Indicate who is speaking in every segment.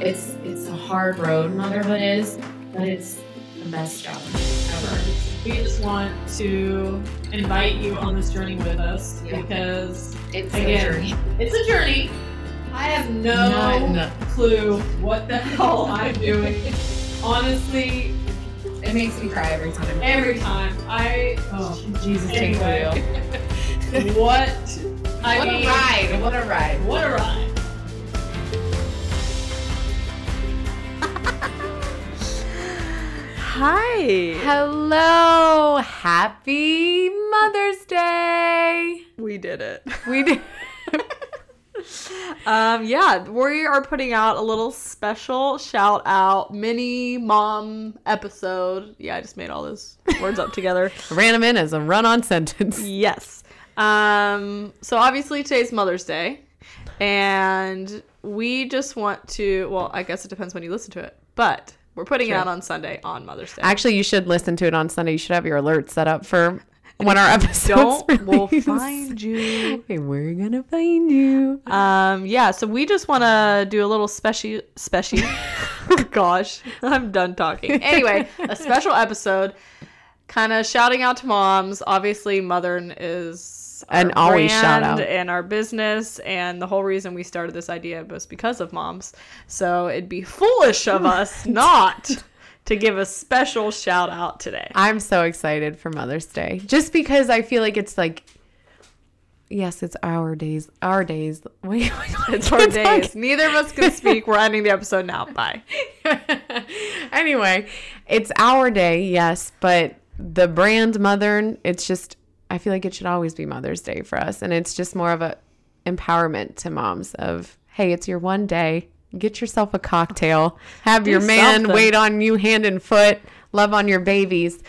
Speaker 1: It's it's a hard road, motherhood is, but it's the best job ever.
Speaker 2: We just want to invite you on this journey with us
Speaker 1: Yeah.
Speaker 2: because
Speaker 1: It's
Speaker 2: Again.
Speaker 1: a journey.
Speaker 2: it's a journey. I have no
Speaker 1: None.
Speaker 2: clue what the hell I'm doing. Honestly,
Speaker 1: It makes me cry every time.
Speaker 2: every time I oh,
Speaker 1: Jesus takes the
Speaker 2: Anyway.
Speaker 1: wheel.
Speaker 2: what I
Speaker 1: What
Speaker 2: mean,
Speaker 1: a ride! What a ride!
Speaker 2: What a ride!
Speaker 3: Hi.
Speaker 4: Hello, happy Mother's Day.
Speaker 3: We did it.
Speaker 4: We did.
Speaker 3: Um yeah, we are putting out a little special shout out mini mom episode. Yeah, I just made all those words up together.
Speaker 4: Ran 'em in as a run on sentence.
Speaker 3: Yes. Um so obviously today's Mother's Day and we just want to well, I guess it depends when you listen to it, but we're putting it out on Sunday on Mother's Day.
Speaker 4: Actually, you should listen to it on Sunday. You should have your alerts set up for when our episodes
Speaker 3: don't we'll
Speaker 4: release.
Speaker 3: find you.
Speaker 4: Hey, we're gonna find you.
Speaker 3: Um, yeah, so we just want to do a little special, special. gosh, I'm done talking. Anyway, a special episode, kind of shouting out to moms. Obviously, Mothern is
Speaker 4: An always shout out.
Speaker 3: brand and our business, and the whole reason we started this idea was because of moms. So it'd be foolish of us not to give a special shout out today.
Speaker 4: I'm so excited for Mother's Day. Just because I feel like it's like yes, it's our days. Our days. Wait,
Speaker 3: It's our days. Neither of us can speak. We're ending the episode now. Bye.
Speaker 4: anyway, it's our day, yes, but the brand Modern, it's just I feel like it should always be Mother's Day for us and it's just more of a empowerment to moms of hey, it's your one day. Get yourself a cocktail. Have your man
Speaker 3: something.
Speaker 4: wait on you hand and foot. Love on your babies.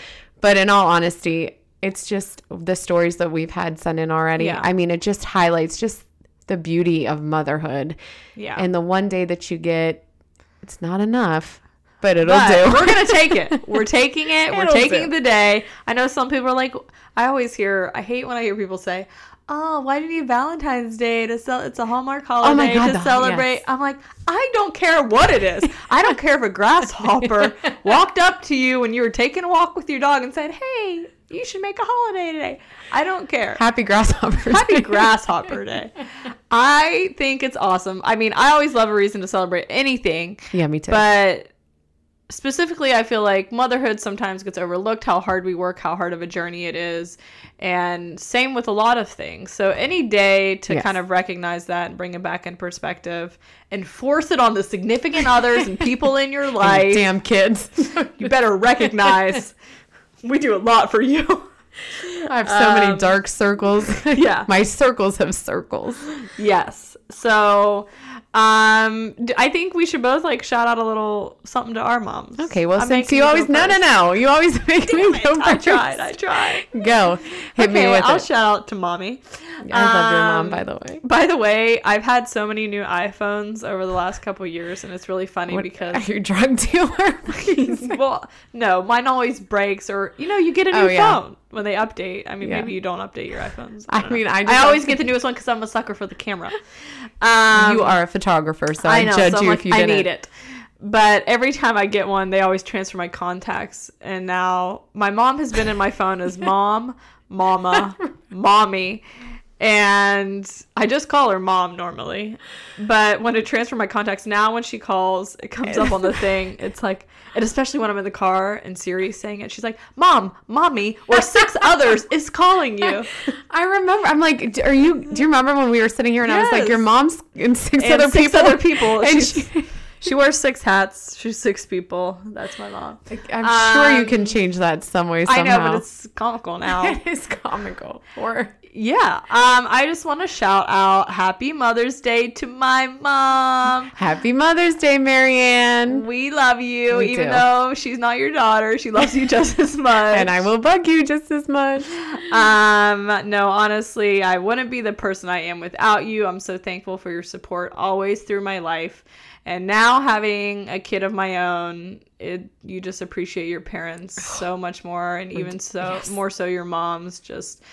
Speaker 4: But in all honesty, it's just the stories that we've had sent in already.
Speaker 3: Yeah.
Speaker 4: I mean, it just highlights just the beauty of motherhood.
Speaker 3: Yeah.
Speaker 4: And the one day that you get, it's not enough, but it'll
Speaker 3: But
Speaker 4: do.
Speaker 3: we're gonna take it. We're taking it. We're
Speaker 4: It'll
Speaker 3: taking
Speaker 4: do.
Speaker 3: the day. I know some people are like, I always hear. I hate when I hear people say, "Oh, why do you need Valentine's Day to sell? It's a Hallmark holiday
Speaker 4: Oh my God,
Speaker 3: to
Speaker 4: the-
Speaker 3: celebrate."
Speaker 4: yes.
Speaker 3: I'm like, I don't care what it is. I don't care if a grasshopper walked up to you when you were taking a walk with your dog and said, "Hey, you should make a holiday today." I don't care.
Speaker 4: Happy grasshoppers.
Speaker 3: Happy Grasshopper Day. I think it's awesome. I mean, I always love a reason to celebrate anything.
Speaker 4: yeah, me too.
Speaker 3: But specifically, I feel like motherhood sometimes gets overlooked how hard we work, how hard of a journey it is. And same with a lot of things. So, any day to
Speaker 4: Yes.
Speaker 3: kind of recognize that and bring it back in perspective and force it on the significant others and people in your
Speaker 4: And
Speaker 3: life,
Speaker 4: your damn kids.
Speaker 3: you better recognize we do a lot for you.
Speaker 4: I have so many dark circles.
Speaker 3: Um, yeah.
Speaker 4: My circles have circles.
Speaker 3: yes. So, um, d- I think we should both like shout out a little something to our moms.
Speaker 4: Okay, well,
Speaker 3: I'm
Speaker 4: since
Speaker 3: making
Speaker 4: you
Speaker 3: go
Speaker 4: always, no, no,
Speaker 3: first.
Speaker 4: no. You always make me go
Speaker 3: I
Speaker 4: first.
Speaker 3: tried. I tried.
Speaker 4: Go. Hit me
Speaker 3: Okay,
Speaker 4: with
Speaker 3: I'll
Speaker 4: it.
Speaker 3: shout out to mommy.
Speaker 4: I love your mom,
Speaker 3: Um,
Speaker 4: by the way.
Speaker 3: By the way, I've had so many new iPhones over the last couple years, and it's really funny
Speaker 4: What,
Speaker 3: because
Speaker 4: are you a drug dealer?
Speaker 3: well, no, mine always breaks, or you know, you get a new
Speaker 4: Oh, yeah.
Speaker 3: phone when they update. I mean,
Speaker 4: Yeah.
Speaker 3: maybe you don't update your iPhones.
Speaker 4: I
Speaker 3: don't know.
Speaker 4: mean, I
Speaker 3: I
Speaker 4: just-
Speaker 3: always get the newest one because I'm a sucker for the camera. Um,
Speaker 4: you are a photographer, so I,
Speaker 3: so
Speaker 4: judge
Speaker 3: I'm
Speaker 4: you
Speaker 3: like,
Speaker 4: if you didn't.
Speaker 3: I need it. But every time I get one, they always transfer my contacts. And now my mom has been in my phone as mom, mama, mommy. And I just call her mom normally. But when I transfer my contacts, now when she calls, it comes up on the thing. It's like, and especially when I'm in the car and Siri's saying it, she's like, Mom, mommy, or six others is calling you.
Speaker 4: I remember. I'm like, "D- are you? Do you remember when we were sitting here and I was like, your
Speaker 3: Yes.
Speaker 4: mom's and six
Speaker 3: and
Speaker 4: other
Speaker 3: six
Speaker 4: people.
Speaker 3: other people.
Speaker 4: And
Speaker 3: She's- she wears six hats. She's six people. That's my mom.
Speaker 4: I'm sure you
Speaker 3: Um,
Speaker 4: can change that some way.
Speaker 3: I
Speaker 4: Somehow.
Speaker 3: know, but it's comical now.
Speaker 4: It is comical. Or
Speaker 3: yeah. Um, I just want to shout out Happy Mother's Day to my mom.
Speaker 4: Happy Mother's Day, Marianne.
Speaker 3: We love you,
Speaker 4: We
Speaker 3: even
Speaker 4: do.
Speaker 3: though she's not your daughter. She loves you just as much.
Speaker 4: And I will bug you just as much.
Speaker 3: Um, no, honestly, I wouldn't be the person I am without you. I'm so thankful for your support always through my life. And now having a kid of my own, it you just appreciate your parents so much more and even so more so your moms just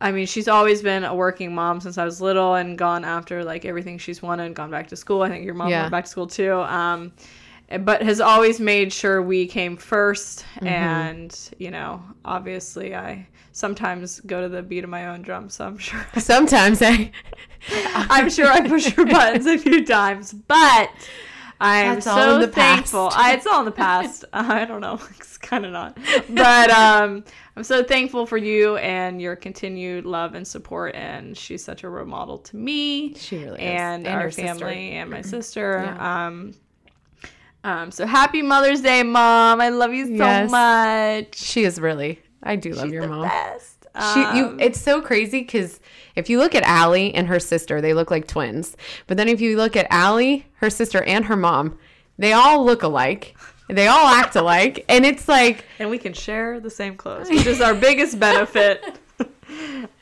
Speaker 3: I mean, she's always been a working mom since I was little and gone after like everything she's wanted, gone back to school. I think your mom
Speaker 5: Yeah.
Speaker 3: went back to school too. Um, but has always made sure we came 1st
Speaker 5: Mm-hmm.
Speaker 3: And, you know, obviously I sometimes go to the beat of my own drum. So I'm sure,
Speaker 5: Sometimes I.
Speaker 3: I'm sure I push her buttons a few times, but I am
Speaker 5: That's
Speaker 3: so
Speaker 5: all in the past.
Speaker 3: thankful. I, it's all in the past. I don't know. It's kind of not. But um, I'm so thankful for you and your continued love and support. And she's such a role model to me
Speaker 5: She really
Speaker 3: and,
Speaker 5: is.
Speaker 3: our
Speaker 5: her sister. Mm-hmm.
Speaker 3: family and my sister.
Speaker 5: Yeah.
Speaker 3: Um, um, so happy Mother's Day, Mom. I love you so
Speaker 5: Yes.
Speaker 3: much.
Speaker 5: She is really. I do love your
Speaker 3: the
Speaker 5: mom.
Speaker 3: Best.
Speaker 5: She, you,
Speaker 3: Um,
Speaker 5: it's so crazy because if you look at Allie and her sister, they look like twins. But then if you look at Allie, her sister, and her mom, they all look alike. They all act alike, and it's like
Speaker 3: and we can share the same clothes, which is our biggest benefit.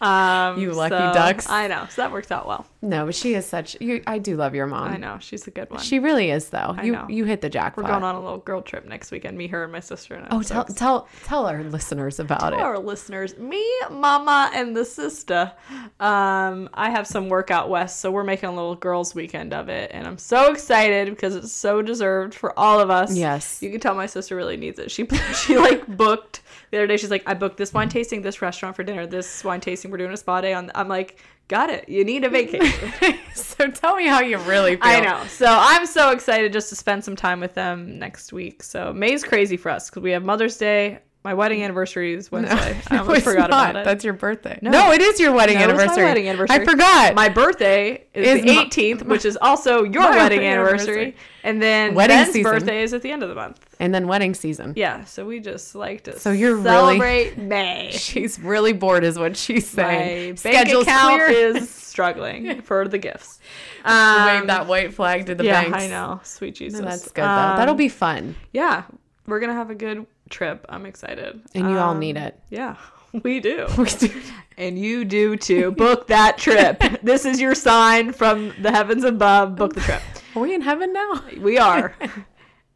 Speaker 3: um,
Speaker 5: You lucky
Speaker 3: so-
Speaker 5: ducks.
Speaker 3: I know. So that worked out well.
Speaker 5: no, she is such. You, I do love your mom.
Speaker 3: I know. She's a good one.
Speaker 5: Um, She really is, though. you
Speaker 3: know.
Speaker 5: you hit the jackpot.
Speaker 3: We're going on a little girl trip next weekend. Me, her, and my sister. And I'm
Speaker 5: oh,
Speaker 3: so
Speaker 5: tell tell tell our listeners about
Speaker 3: to
Speaker 5: it.
Speaker 3: our listeners, me, mama, and the sister. Um, I have some work out west, so we're making a little girls' weekend of it, and I'm so excited because it's so deserved for all of us.
Speaker 5: Yes.
Speaker 3: you can tell my sister really needs it. She she like booked the other day. She's like, I booked this wine tasting, this restaurant for dinner, this wine tasting. We're doing a spa day on. I'm like, got it. You need a vacation.
Speaker 5: so tell me how you really feel.
Speaker 3: I know. So I'm so excited just to spend some time with them next week. So May's crazy for us because we have Mother's Day. My wedding anniversary is Wednesday. I almost
Speaker 5: it's
Speaker 3: forgot about
Speaker 5: not.
Speaker 3: it.
Speaker 5: That's your birthday. No, it is your wedding
Speaker 3: No, it's my
Speaker 5: anniversary.
Speaker 3: wedding anniversary.
Speaker 5: I forgot.
Speaker 3: my birthday is,
Speaker 5: Is
Speaker 3: the
Speaker 5: my-
Speaker 3: 18th, which is also your
Speaker 5: My
Speaker 3: wedding
Speaker 5: wedding
Speaker 3: anniversary.
Speaker 5: anniversary.
Speaker 3: And then
Speaker 5: Wedding
Speaker 3: Ben's
Speaker 5: season.
Speaker 3: birthday is at the end of the month.
Speaker 5: and then wedding season.
Speaker 3: Yeah, so we just like to
Speaker 5: So you're really-
Speaker 3: celebrate May.
Speaker 5: She's really bored, is what she's
Speaker 3: My
Speaker 5: saying.
Speaker 3: bank
Speaker 5: Schedule's
Speaker 3: account
Speaker 5: clear.
Speaker 3: is struggling for the gifts. Um,
Speaker 5: Wave that white flag to the
Speaker 3: yeah,
Speaker 5: banks.
Speaker 3: I know. Sweet Jesus.
Speaker 5: No, that's good though.
Speaker 3: Um,
Speaker 5: That'll be fun,
Speaker 3: yeah, we're gonna have a good trip. I'm excited.
Speaker 5: and you all
Speaker 3: Um,
Speaker 5: need it.
Speaker 3: Yeah, we do.
Speaker 5: We do.
Speaker 3: and you do too. Book that trip. this is your sign from the heavens above. Book the trip.
Speaker 5: Are we in heaven now?
Speaker 3: We are.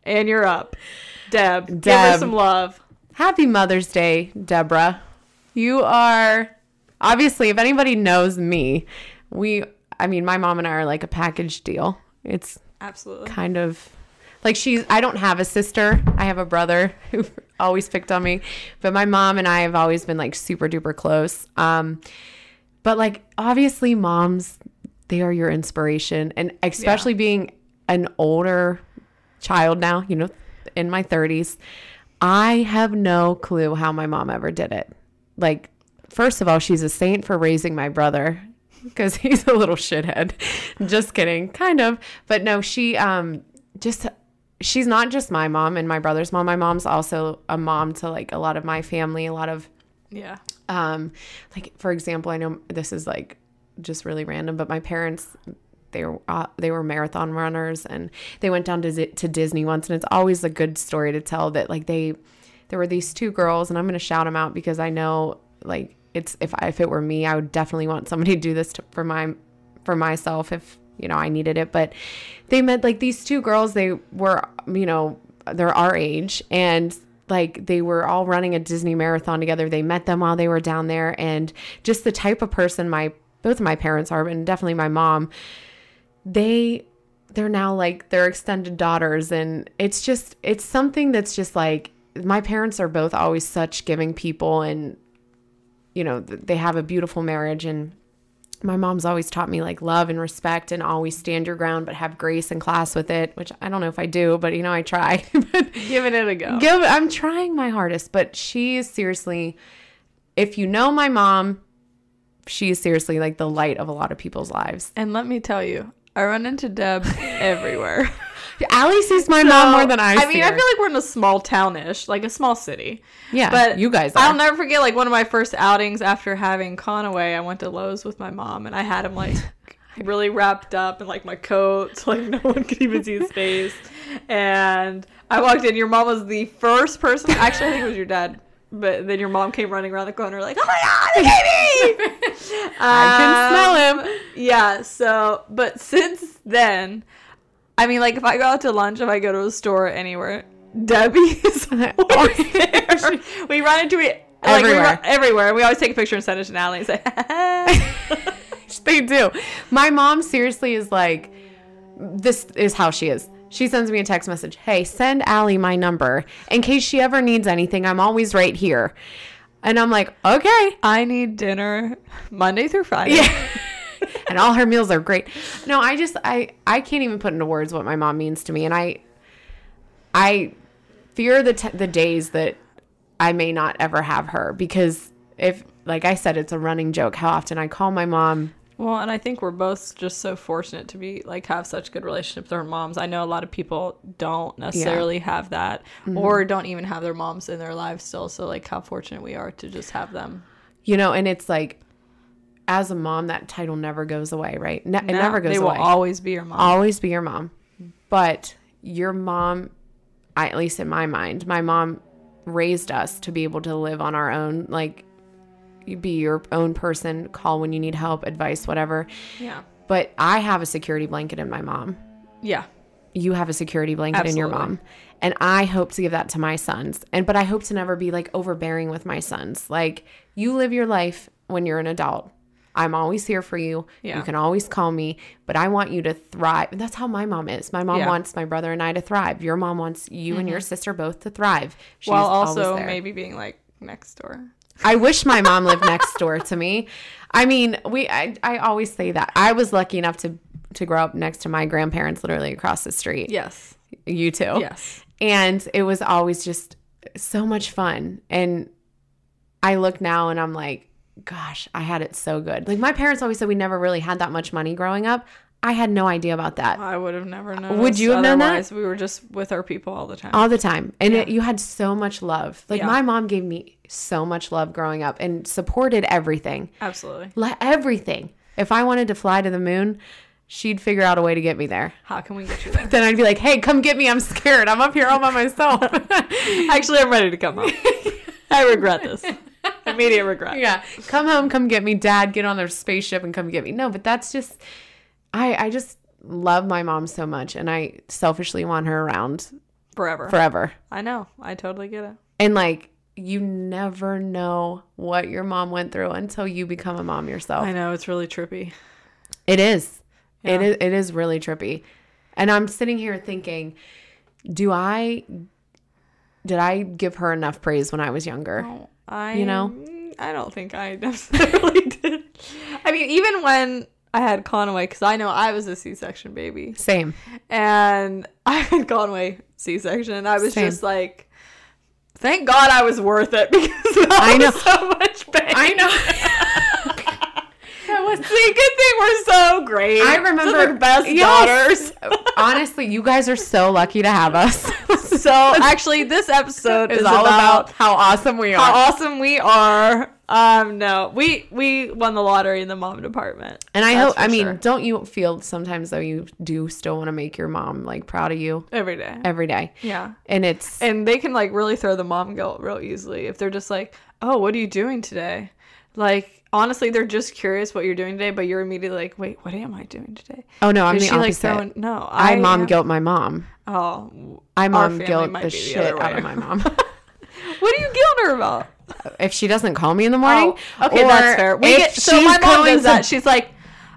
Speaker 3: and you're up. Deb, give her
Speaker 5: Deb.
Speaker 3: some love.
Speaker 5: Happy Mother's Day, Deborah. You are obviously, if anybody knows me, we. I mean, my mom and I are like a package deal. It's
Speaker 3: Absolutely.
Speaker 5: kind of like she's I don't have a sister. I have a brother who always picked on me. But my mom and I have always been like super duper close. Um but like obviously moms they are your inspiration and especially being an older child now, you know, in my 30s, I have no clue how my mom ever did it. Like first of all, she's a saint for raising my brother because he's a little shithead. just kidding, kind of. But no, she um just she's not just my mom and my brother's mom. My mom's also a mom to like a lot of my family, a lot of
Speaker 3: Yeah.
Speaker 5: um like for example, I know this is like just really random, but my parents they were uh, they were marathon runners and they went down to Z- to Disney once and it's always a good story to tell that like they there were these two girls and I'm going to shout them out because I know like it's if I, if it were me I would definitely want somebody to do this to, for my for myself if you know I needed it but they met like these two girls they were you know they're our age and like they were all running a Disney marathon together they met them while they were down there and just the type of person my both of my parents are and definitely my mom they they're now like their extended daughters and it's just it's something that's just like my parents are both always such giving people and you know th- they have a beautiful marriage and my mom's always taught me like love and respect and always stand your ground but have grace and class with it which i don't know if i do but you know i try But-
Speaker 3: Giving it a go.
Speaker 5: Give, I'm trying my hardest, but she is seriously, if you know my mom, she is seriously like the light of a lot of people's lives.
Speaker 3: and let me tell you, I run into Deb everywhere.
Speaker 5: Allie sees my mom more than I.
Speaker 3: I
Speaker 5: see
Speaker 3: mean, I
Speaker 5: her.
Speaker 3: feel like we're in a small townish, like a small city.
Speaker 5: yeah,
Speaker 3: But
Speaker 5: but you guys. Are.
Speaker 3: I'll never forget like one of my first outings after having Conaway. I went to Lowe's with my mom and I had him like really wrapped up in like my coat so like no one could even see his face. And I walked in, your mom was the first person actually I think it was your dad. But then your mom came running around the corner like, Oh my god, the baby
Speaker 5: I
Speaker 3: can smell him. Yeah, so but since then I mean like if I go out to lunch, if I go to a store anywhere, Debbie is always there. we run into it Like, we were
Speaker 5: everywhere.
Speaker 3: everywhere. We always take a picture and send it to Natalie and say,
Speaker 5: they do. My mom seriously is like, this is how she is. She sends me a text message. Hey, send Allie my number in case she ever needs anything. I'm always right here. And I'm like, okay.
Speaker 3: I need dinner Monday through Friday.
Speaker 5: Yeah. and all her meals are great. No, I just I I can't even put into words what my mom means to me, and I I fear the t- the days that I may not ever have her because if like I said, it's a running joke how often I call my mom.
Speaker 3: Well, and I think we're both just so fortunate to be like have such good relationships with our moms. I know a lot of people don't necessarily have that
Speaker 5: Mm-hmm.
Speaker 3: or don't even have their moms in their lives still. So like how fortunate we are to just have them.
Speaker 5: You know, and it's like, as a mom, that title never goes away, right? Ne- it
Speaker 3: No,
Speaker 5: never goes
Speaker 3: They
Speaker 5: away.
Speaker 3: will always be your mom.
Speaker 5: always be your mom. But your mom, I, at least in my mind, my mom raised us to be able to live on our own, like you be your own person, call when you need help, advice, whatever.
Speaker 3: yeah.
Speaker 5: But I have a security blanket in my mom.
Speaker 3: Yeah.
Speaker 5: You have a security blanket in your
Speaker 3: Absolutely.
Speaker 5: mom. And I hope to give that to my sons. And but I hope to never be like overbearing with my sons. Like you live your life when you're an adult. I'm always here for you.
Speaker 3: Yeah.
Speaker 5: You can always call me, but I want you to thrive. And That's how my mom is. My mom
Speaker 3: Yeah. Mm-hmm.
Speaker 5: wants my brother and I to thrive. Your mom wants you and your sister both to thrive. She's
Speaker 3: While
Speaker 5: always
Speaker 3: also
Speaker 5: there.
Speaker 3: maybe being like next door.
Speaker 5: I wish my mom lived next door to me. I mean, we I, I always say that. I was lucky enough to to grow up next to my grandparents literally across the street.
Speaker 3: Yes.
Speaker 5: You too.
Speaker 3: Yes.
Speaker 5: And it was always just so much fun. And I look now and I'm like, gosh, I had it so good. Like my parents always said we never really had that much money growing up. I had no idea about that
Speaker 3: I would have never known.
Speaker 5: you have known that?
Speaker 3: We were just with our people all the time.
Speaker 5: all the time. And it, you had so much love. Like
Speaker 3: Yeah.
Speaker 5: my mom gave me so much love growing up and supported everything.
Speaker 3: Absolutely.
Speaker 5: Let everything. If I wanted to fly to the moon, she'd figure out a way to get me there.
Speaker 3: How can we get you there?
Speaker 5: Then I'd be like, "Hey, come get me! I'm scared. I'm up here all by myself."
Speaker 3: Actually, I'm ready to come home. I regret this. Immediate regret.
Speaker 5: yeah, come home, come get me, Dad. Get on their spaceship and come get me. No, but that's just, I I just love my mom so much, and I selfishly want her around
Speaker 3: Forever.
Speaker 5: forever.
Speaker 3: I know. I totally get it.
Speaker 5: And like, you never know what your mom went through until you become a mom yourself.
Speaker 3: I know. It's really trippy.
Speaker 5: It is. It
Speaker 3: Yeah.
Speaker 5: is it is really trippy. And I'm sitting here thinking, do I did I give her enough praise when I was younger?
Speaker 3: I
Speaker 5: You know?
Speaker 3: I don't think I necessarily did. I mean, even when I had Conway, because I know I was a C-section baby,
Speaker 5: Same.
Speaker 3: and I had Conway C-section, and I was
Speaker 5: Same.
Speaker 3: just like, thank God I was worth it because that
Speaker 5: I know.
Speaker 3: was so much pain.
Speaker 5: I know.
Speaker 3: That was see, good thing we're so great.
Speaker 5: I
Speaker 3: We're
Speaker 5: remember-
Speaker 3: the best
Speaker 5: Yes.
Speaker 3: daughters.
Speaker 5: Honestly, you guys are so lucky to have us. It's
Speaker 3: So actually, this episode is
Speaker 5: all about, how awesome we are.
Speaker 3: how awesome we are. Um, no, we we won the lottery in the mom department,
Speaker 5: and I
Speaker 3: That's
Speaker 5: hope
Speaker 3: for
Speaker 5: I mean,
Speaker 3: sure.
Speaker 5: don't you feel sometimes though you do still want to make your mom like proud of you
Speaker 3: every day.
Speaker 5: every day.
Speaker 3: Yeah,
Speaker 5: And it's
Speaker 3: and they can like really throw the mom guilt real easily if they're just like, "Oh, what are you doing today?" Like honestly, they're just curious what you're doing today, but you're immediately like, "Wait, what am I doing today?"
Speaker 5: Oh no, I'm
Speaker 3: Is
Speaker 5: the
Speaker 3: she like
Speaker 5: opposite.
Speaker 3: throwing? No,
Speaker 5: I, mom
Speaker 3: am-
Speaker 5: guilt my mom.
Speaker 3: Oh,
Speaker 5: I mom
Speaker 3: family
Speaker 5: guilt
Speaker 3: might
Speaker 5: the
Speaker 3: be the
Speaker 5: shit
Speaker 3: other
Speaker 5: out of
Speaker 3: way.
Speaker 5: my mom.
Speaker 3: what are you guilt her about?
Speaker 5: if she doesn't call me in the morning.
Speaker 3: Oh, okay,
Speaker 5: or
Speaker 3: that's fair. We
Speaker 5: if
Speaker 3: get, so
Speaker 5: she's
Speaker 3: my mom
Speaker 5: going
Speaker 3: does that.
Speaker 5: to-
Speaker 3: She's like,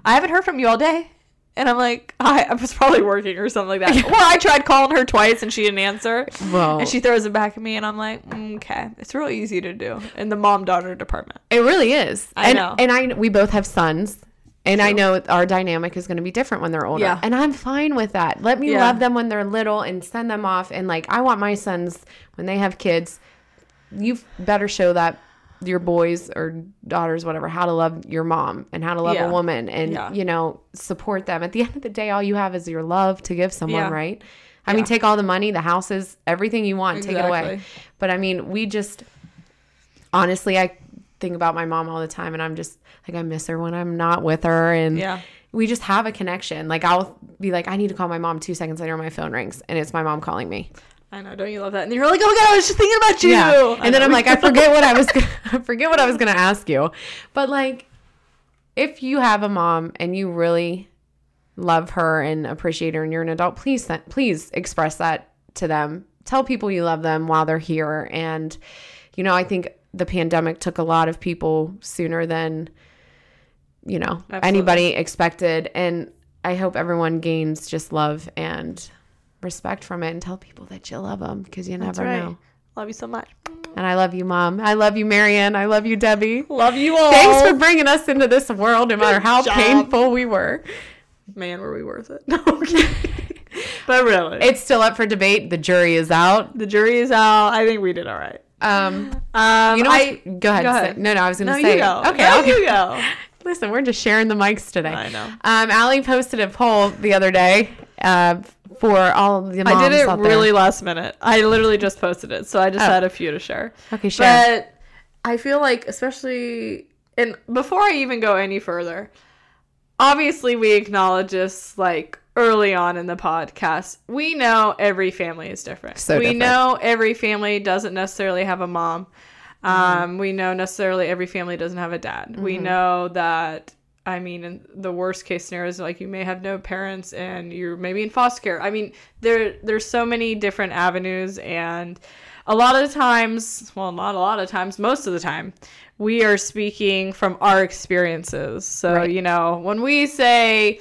Speaker 3: I haven't heard from you all day. And I'm like, I, I was probably working or something like that. well, I tried calling her twice and she didn't answer.
Speaker 5: well,
Speaker 3: And she throws it back at me and I'm like, "Mm, okay. It's real easy to do in the mom daughter department.
Speaker 5: it really is.
Speaker 3: I
Speaker 5: and,
Speaker 3: know.
Speaker 5: And I, we both have sons. And I know our dynamic is going to be different when they're older.
Speaker 3: Yeah.
Speaker 5: And I'm fine with that. Let me
Speaker 3: Yeah.
Speaker 5: love them when they're little and send them off. And like, I want my sons when they have kids, you better show that your boys or daughters, whatever, how to love your mom and how to love
Speaker 3: Yeah.
Speaker 5: a woman and,
Speaker 3: Yeah.
Speaker 5: you know, support them. At the end of the day, all you have is your love to give someone,
Speaker 3: Yeah.
Speaker 5: right? I mean, take all the money, the houses, everything you want, take it away.
Speaker 3: Exactly.
Speaker 5: But I mean, we just, honestly, I think about my mom all the time and I'm just like, I miss her when I'm not with her. And
Speaker 3: Yeah.
Speaker 5: we just have a connection. Like, I'll be like, I need to call my mom. Two seconds later, my phone rings and it's my mom calling me.
Speaker 3: I know. Don't you love that? And you're like, oh my God, I was just thinking about you.
Speaker 5: Yeah.
Speaker 3: I
Speaker 5: And then
Speaker 3: know.
Speaker 5: I'm like, I forget what I was gonna, I forget what I was gonna ask you. But like, if you have a mom and you really love her and appreciate her, and you're an adult, please sen- please express that to them. Tell people you love them while they're here, and you know, I think the pandemic took a lot of people sooner than you know
Speaker 3: Absolutely.
Speaker 5: anybody expected and i hope everyone gains just love and respect from it and tell people that you love them because you
Speaker 3: That's
Speaker 5: never
Speaker 3: right.
Speaker 5: know
Speaker 3: Love you so much.
Speaker 5: and i love you mom i love you marianne i love you debbie
Speaker 3: Love you all.
Speaker 5: thanks for bringing us into this world no matter how
Speaker 3: job.
Speaker 5: painful we were
Speaker 3: Man, were we worth it? but really,
Speaker 5: it's still up for debate the jury is out
Speaker 3: the jury is out. I think we did all right.
Speaker 5: um
Speaker 3: Um,
Speaker 5: you know
Speaker 3: I,
Speaker 5: what? go ahead,
Speaker 3: go
Speaker 5: say-
Speaker 3: ahead.
Speaker 5: no no i was gonna
Speaker 3: no,
Speaker 5: say
Speaker 3: you go.
Speaker 5: okay
Speaker 3: no,
Speaker 5: okay
Speaker 3: you go.
Speaker 5: Listen, we're just sharing the mics today.
Speaker 3: I know.
Speaker 5: Um, Allie posted a poll the other day uh, for all of the moms
Speaker 3: I did it
Speaker 5: out there.
Speaker 3: really last minute. I literally just posted it, so I just
Speaker 5: Oh.
Speaker 3: had a few to share.
Speaker 5: Okay, share.
Speaker 3: But I feel like, especially, and before I even go any further, obviously we acknowledge this like early on in the podcast. We know every family is different.
Speaker 5: So
Speaker 3: we
Speaker 5: different.
Speaker 3: know every family doesn't necessarily have a mom.
Speaker 5: Mm-hmm.
Speaker 3: Um, we know necessarily every family doesn't have a dad. We know that. I mean, in the worst case scenario is like you may have no parents and you're maybe in foster care. I mean, there there's so many different avenues, and a lot of the times, well, not a lot of times, most of the time, we are speaking from our experiences. So
Speaker 5: Right.
Speaker 3: you know, when we say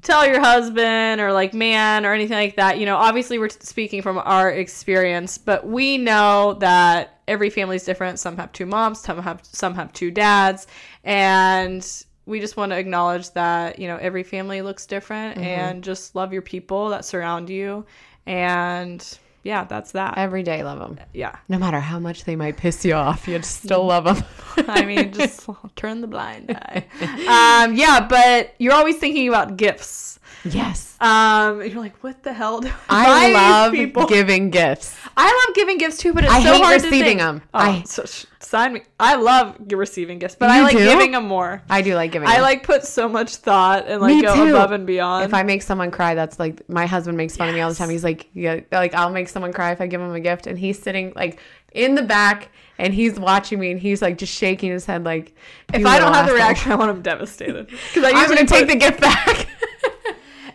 Speaker 3: tell your husband or like man or anything like that. You know, obviously we're t- speaking from our experience, but we know that every family's different. Some have two moms, some have some have two dads, and we just want to acknowledge that you know every family looks different, and just love your people that surround you, and yeah, that's that.
Speaker 5: Every day, love them.
Speaker 3: yeah,
Speaker 5: No matter how much they might piss you off, you'd still love them.
Speaker 3: I mean, just turn the blind eye. Um, yeah, but you're always thinking about gifts.
Speaker 5: yes.
Speaker 3: Um, and you're like, what the hell? Do buy
Speaker 5: I
Speaker 3: these
Speaker 5: love
Speaker 3: people?"
Speaker 5: giving gifts.
Speaker 3: I love giving gifts too, but it's
Speaker 5: I
Speaker 3: so
Speaker 5: hate
Speaker 3: hard to
Speaker 5: receiving
Speaker 3: think.
Speaker 5: them.
Speaker 3: Oh,
Speaker 5: I-
Speaker 3: so sh- sign me. I love g- receiving gifts, but I
Speaker 5: You
Speaker 3: like
Speaker 5: do?
Speaker 3: giving them more.
Speaker 5: I do like giving
Speaker 3: I
Speaker 5: them.
Speaker 3: like put so much thought and like
Speaker 5: Me
Speaker 3: go
Speaker 5: too.
Speaker 3: above and beyond.
Speaker 5: If I make someone cry, that's like my husband makes fun of me all the time. He's like, yeah, like I'll make someone cry if I give him a gift, and he's sitting like in the back and he's watching me, and he's like just shaking his head, like
Speaker 3: if
Speaker 5: "You
Speaker 3: I don't
Speaker 5: little
Speaker 3: have the
Speaker 5: asshole."
Speaker 3: reaction, I want them devastated. Because I
Speaker 5: I'm
Speaker 3: usually
Speaker 5: gonna take
Speaker 3: put-
Speaker 5: the gift back.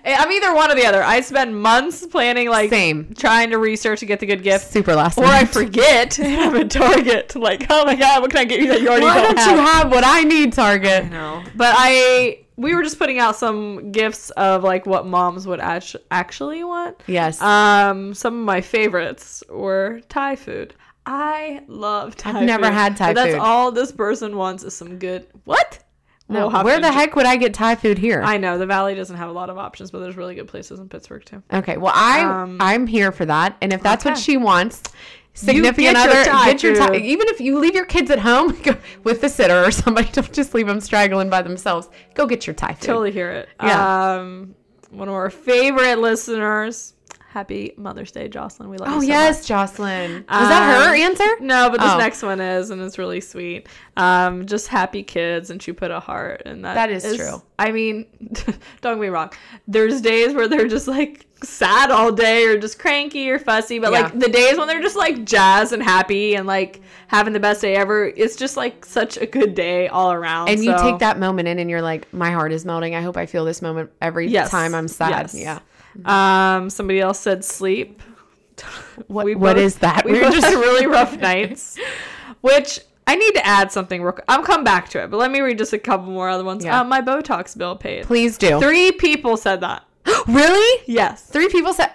Speaker 3: I'm either one or the other. I spend months planning, like
Speaker 5: Same.
Speaker 3: trying to research to get the good gift,
Speaker 5: Super last
Speaker 3: or I forget and I'm at Target. Like, oh my god, what can I get you that you already
Speaker 5: Why
Speaker 3: don't
Speaker 5: don't you have what I need, Target?
Speaker 3: No, but I we were just putting out some gifts of like what moms would act- actually want.
Speaker 5: Yes.
Speaker 3: Um, some of my favorites were Thai food. I love Thai. food.
Speaker 5: never had Thai
Speaker 3: but that's
Speaker 5: food.
Speaker 3: all this person wants is some good. What?
Speaker 5: No,
Speaker 3: We'll have
Speaker 5: where
Speaker 3: to
Speaker 5: the
Speaker 3: ju-
Speaker 5: heck would I get Thai food here?
Speaker 3: I know the Valley doesn't have a lot of options, but there's really good places in Pittsburgh too.
Speaker 5: okay, well I
Speaker 3: Um,
Speaker 5: I'm here for that, and if that's what
Speaker 3: okay.
Speaker 5: she wants.
Speaker 3: get
Speaker 5: Significant
Speaker 3: your
Speaker 5: other,
Speaker 3: Thai
Speaker 5: get your Thai.
Speaker 3: food.
Speaker 5: Even if you leave your kids at home go, with the sitter or somebody, don't just leave them straggling by themselves. Go get your Thai food.
Speaker 3: Totally hear it.
Speaker 5: Yeah.
Speaker 3: Um, one of our favorite listeners. Happy Mother's Day, Jocelyn. We love. you
Speaker 5: Oh
Speaker 3: so
Speaker 5: yes, Jocelyn. Was that her
Speaker 3: Um,
Speaker 5: answer?
Speaker 3: No, but this
Speaker 5: Oh.
Speaker 3: next one is, and it's really sweet. Um, just happy kids, and she put a heart, and that
Speaker 5: That is true.
Speaker 3: I mean, don't get me wrong. There's days where they're just like sad all day, or just cranky or fussy, but
Speaker 5: Yeah.
Speaker 3: like the days when they're just like jazz and happy and like having the best day ever. It's just like such a good day all around.
Speaker 5: And you
Speaker 3: so-
Speaker 5: take that moment in, and you're like, my heart is melting. I hope I feel this moment every
Speaker 3: Yes,
Speaker 5: time I'm sad.
Speaker 3: yes.
Speaker 5: Yeah.
Speaker 3: Um, somebody else said sleep.
Speaker 5: What-
Speaker 3: We
Speaker 5: what
Speaker 3: both-
Speaker 5: is that?
Speaker 3: We
Speaker 5: We're
Speaker 3: both
Speaker 5: just-
Speaker 3: had really rough nights, which I need to add something. Real, qu- I'll come back to it, but let me read just a couple more other ones.
Speaker 5: Yeah.
Speaker 3: Uh, my Botox bill paid.
Speaker 5: Please do.
Speaker 3: Three people said that.
Speaker 5: really?
Speaker 3: Yes.
Speaker 5: Three people said.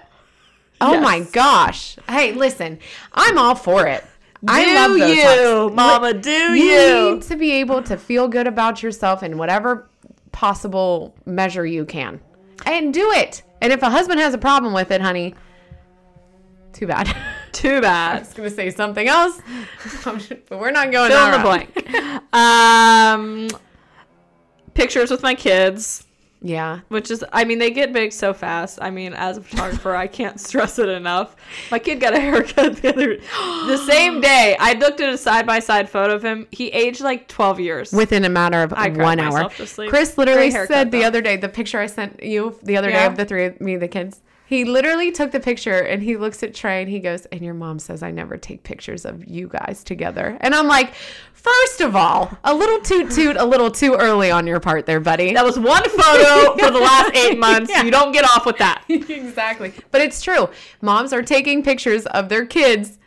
Speaker 5: Oh
Speaker 3: Yes.
Speaker 5: my gosh! Hey, listen, I'm all for it. I
Speaker 3: do
Speaker 5: love Botox.
Speaker 3: you,
Speaker 5: Li-
Speaker 3: Mama? Do
Speaker 5: You,
Speaker 3: you?
Speaker 5: need to be able to feel good about yourself in whatever possible measure you can, and do it. And if a husband has a problem with it, honey, too bad.
Speaker 3: Too bad.
Speaker 5: was gonna say something else, I'm just- but we're not going
Speaker 3: Fill
Speaker 5: on
Speaker 3: in the blank. um, pictures with my kids.
Speaker 5: Yeah,
Speaker 3: which is i mean they get big so fast i mean as a photographer i can't stress it enough my kid got a haircut the other the same day i looked at a side-by-side photo of him he aged like 12 years
Speaker 5: within a matter of
Speaker 3: I cried
Speaker 5: one hour.
Speaker 3: myself to sleep.
Speaker 5: Chris literally
Speaker 3: Great haircut,
Speaker 5: said the
Speaker 3: though.
Speaker 5: other day the picture I sent you the other day
Speaker 3: Yeah.
Speaker 5: of the three of me the kids. He literally took the picture and he looks at Trey and he goes, "And your mom says I never take pictures of you guys together." And I'm like, first of all, a little toot toot, a little too early on your part there, buddy."
Speaker 3: that was one photo for the last eight months
Speaker 5: Yeah.
Speaker 3: you don't get off with that
Speaker 5: exactly. But it's true. Moms are taking pictures of their kids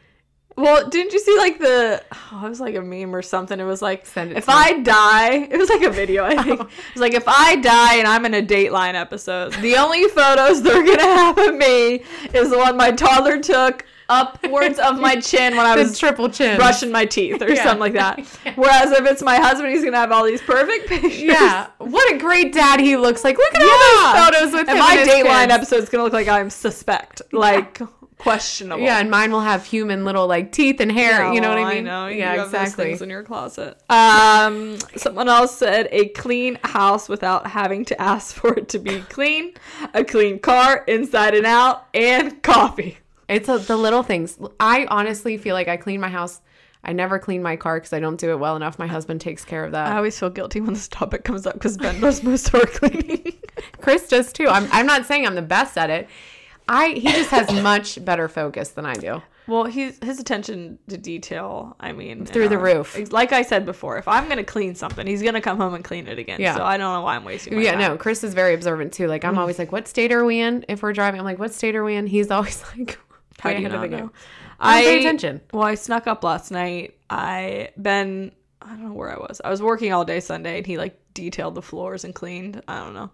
Speaker 3: Well, didn't you see like the oh, it was like a meme or something. It was like
Speaker 5: Send it
Speaker 3: if
Speaker 5: to me. Oh.
Speaker 3: I die, it was like a video. I think it was like if I die and I'm in a Dateline episode, the only photos they're gonna have of me is the one my toddler took upwards of my chin when I
Speaker 5: The
Speaker 3: was
Speaker 5: triple chin.
Speaker 3: brushing my teeth or
Speaker 5: Yeah.
Speaker 3: something like that. Whereas if it's my husband, he's gonna have all these perfect pictures.
Speaker 5: Yeah. What a great dad he looks like. Look at all
Speaker 3: Yeah.
Speaker 5: those photos with
Speaker 3: And
Speaker 5: him
Speaker 3: my
Speaker 5: and his
Speaker 3: Dateline
Speaker 5: kids.
Speaker 3: episode's gonna look like I'm suspect, like questionable.
Speaker 5: Yeah, and mine will have human little like teeth and hair.
Speaker 3: Yeah,
Speaker 5: you know
Speaker 3: well,
Speaker 5: what I mean?
Speaker 3: Oh, know. You
Speaker 5: Yeah,
Speaker 3: have those
Speaker 5: exactly.
Speaker 3: things in your closet. Um, someone else said a clean house without having to ask for it to be clean, a clean car inside and out, and coffee.
Speaker 5: It's a, the little things. I honestly feel like I clean my house. I never clean my car because I don't do it well enough. My husband takes care of that.
Speaker 3: I always feel guilty when this topic comes up because Ben does most of our cleaning.
Speaker 5: Chris does too. I'm, I'm not saying I'm the best at it. I he just has much better focus than I
Speaker 3: Oh
Speaker 5: do.
Speaker 3: well, he's his attention to detail. I mean,
Speaker 5: Through
Speaker 3: and
Speaker 5: the
Speaker 3: on-
Speaker 5: roof.
Speaker 3: Like I said before, if I'm gonna clean something, he's gonna come home and clean it again.
Speaker 5: Yeah.
Speaker 3: So I don't know why I'm wasting. My
Speaker 5: yeah,
Speaker 3: time.
Speaker 5: no, Chris is very observant too. Like I'm always like, what state are we in? If we're driving, I'm like, what state are we in? He's always like,
Speaker 3: How
Speaker 5: way
Speaker 3: do you
Speaker 5: ahead
Speaker 3: not
Speaker 5: of the
Speaker 3: know?
Speaker 5: game. I don't pay attention.
Speaker 3: Well, I snuck up last night. I Ben, I don't know where I was. I was working all day Sunday, and he like detailed the floors and cleaned. I don't know.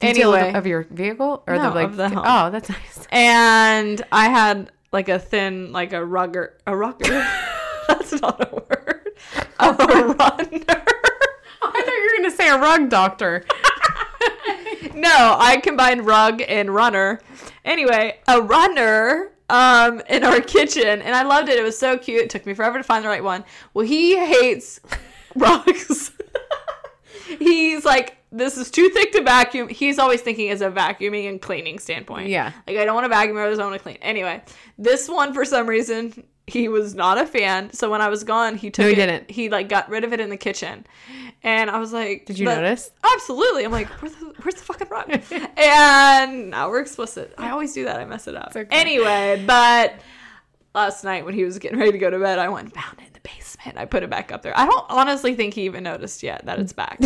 Speaker 5: Detail
Speaker 3: anyway,
Speaker 5: of your vehicle or the
Speaker 3: No,
Speaker 5: like,
Speaker 3: of the home.
Speaker 5: oh, that's nice.
Speaker 3: and I had like a thin, like a rugger, a rucker. That's not a word. A runner.
Speaker 5: I thought you were gonna say a rug doctor.
Speaker 3: No, I combined rug and runner. Anyway, a runner um in our kitchen and I loved it. It was so cute. It took me forever to find the right one. Well, he hates rugs. He's like this is too thick to vacuum. He's always thinking as a vacuuming and cleaning standpoint.
Speaker 5: Yeah.
Speaker 3: Like I don't want to vacuum I just want to clean. Anyway, this one for some reason he was not a fan. So when I was gone, he took
Speaker 5: No, he
Speaker 3: it-
Speaker 5: didn't.
Speaker 3: He like got rid of it in the kitchen. And I was like,
Speaker 5: Did you
Speaker 3: "That-
Speaker 5: notice?
Speaker 3: Absolutely. I'm like, where's the, where's the fucking rug? and now we're explicit. I always do that. I mess it up.
Speaker 5: okay.
Speaker 3: Anyway, but last night when he was getting ready to go to bed, I went and found it in the basement. I put it back up there. I don't honestly think he even noticed yet that it's back.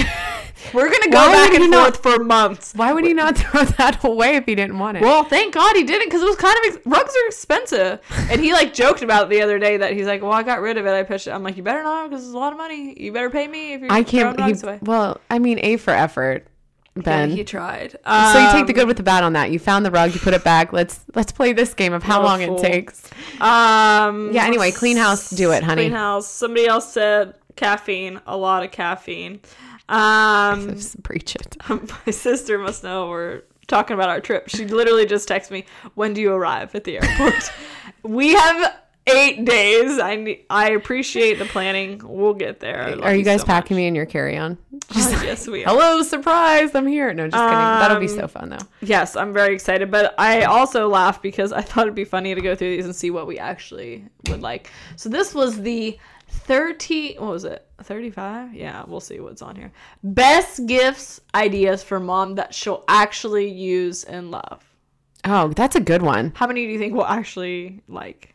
Speaker 3: we're gonna go
Speaker 5: Why
Speaker 3: back
Speaker 5: would
Speaker 3: and
Speaker 5: he not-
Speaker 3: forth for months.
Speaker 5: Why would he not throw that away if he didn't want it?
Speaker 3: Well, thank God he didn't because it was kind of ex- rugs are expensive, and he like joked about it the other day that he's like, "Well, I got rid of it. I pitched it." I'm like, "You better not because it's a lot of money. You better pay me if you're
Speaker 5: I
Speaker 3: throwing
Speaker 5: can't. He,
Speaker 3: rugs away."
Speaker 5: well, I mean, a for effort, Ben.
Speaker 3: Yeah, he tried.
Speaker 5: so you take
Speaker 3: Um,
Speaker 5: the good with the bad on that. You found the rug, you put it back. Let's let's play this game of how
Speaker 3: What a
Speaker 5: long
Speaker 3: fool.
Speaker 5: it takes.
Speaker 3: Um.
Speaker 5: Yeah, anyway, clean house, do it, honey.
Speaker 3: Clean house. Somebody else said caffeine. A lot of caffeine. Um.
Speaker 5: Just breach it.
Speaker 3: my sister must know we're talking about our trip. She literally just texted me, "When do you arrive at the airport?" we have eight days. I ne- I appreciate the planning. We'll get there. I love
Speaker 5: Are you guys
Speaker 3: so
Speaker 5: packing me in your carry on?
Speaker 3: much. Oh, yes, we are.
Speaker 5: Hello, surprise! I'm here. No, just kidding. That'll be
Speaker 3: Um,
Speaker 5: so fun though.
Speaker 3: Yes, I'm very excited, but I also laughed because I thought it'd be funny to go through these and see what we actually would like. So this was the 30, what was it? 35? Yeah, we'll see what's on here. Best gifts ideas for mom that she'll actually use and love.
Speaker 5: Oh, that's a good one.
Speaker 3: How many do you think we'll actually like?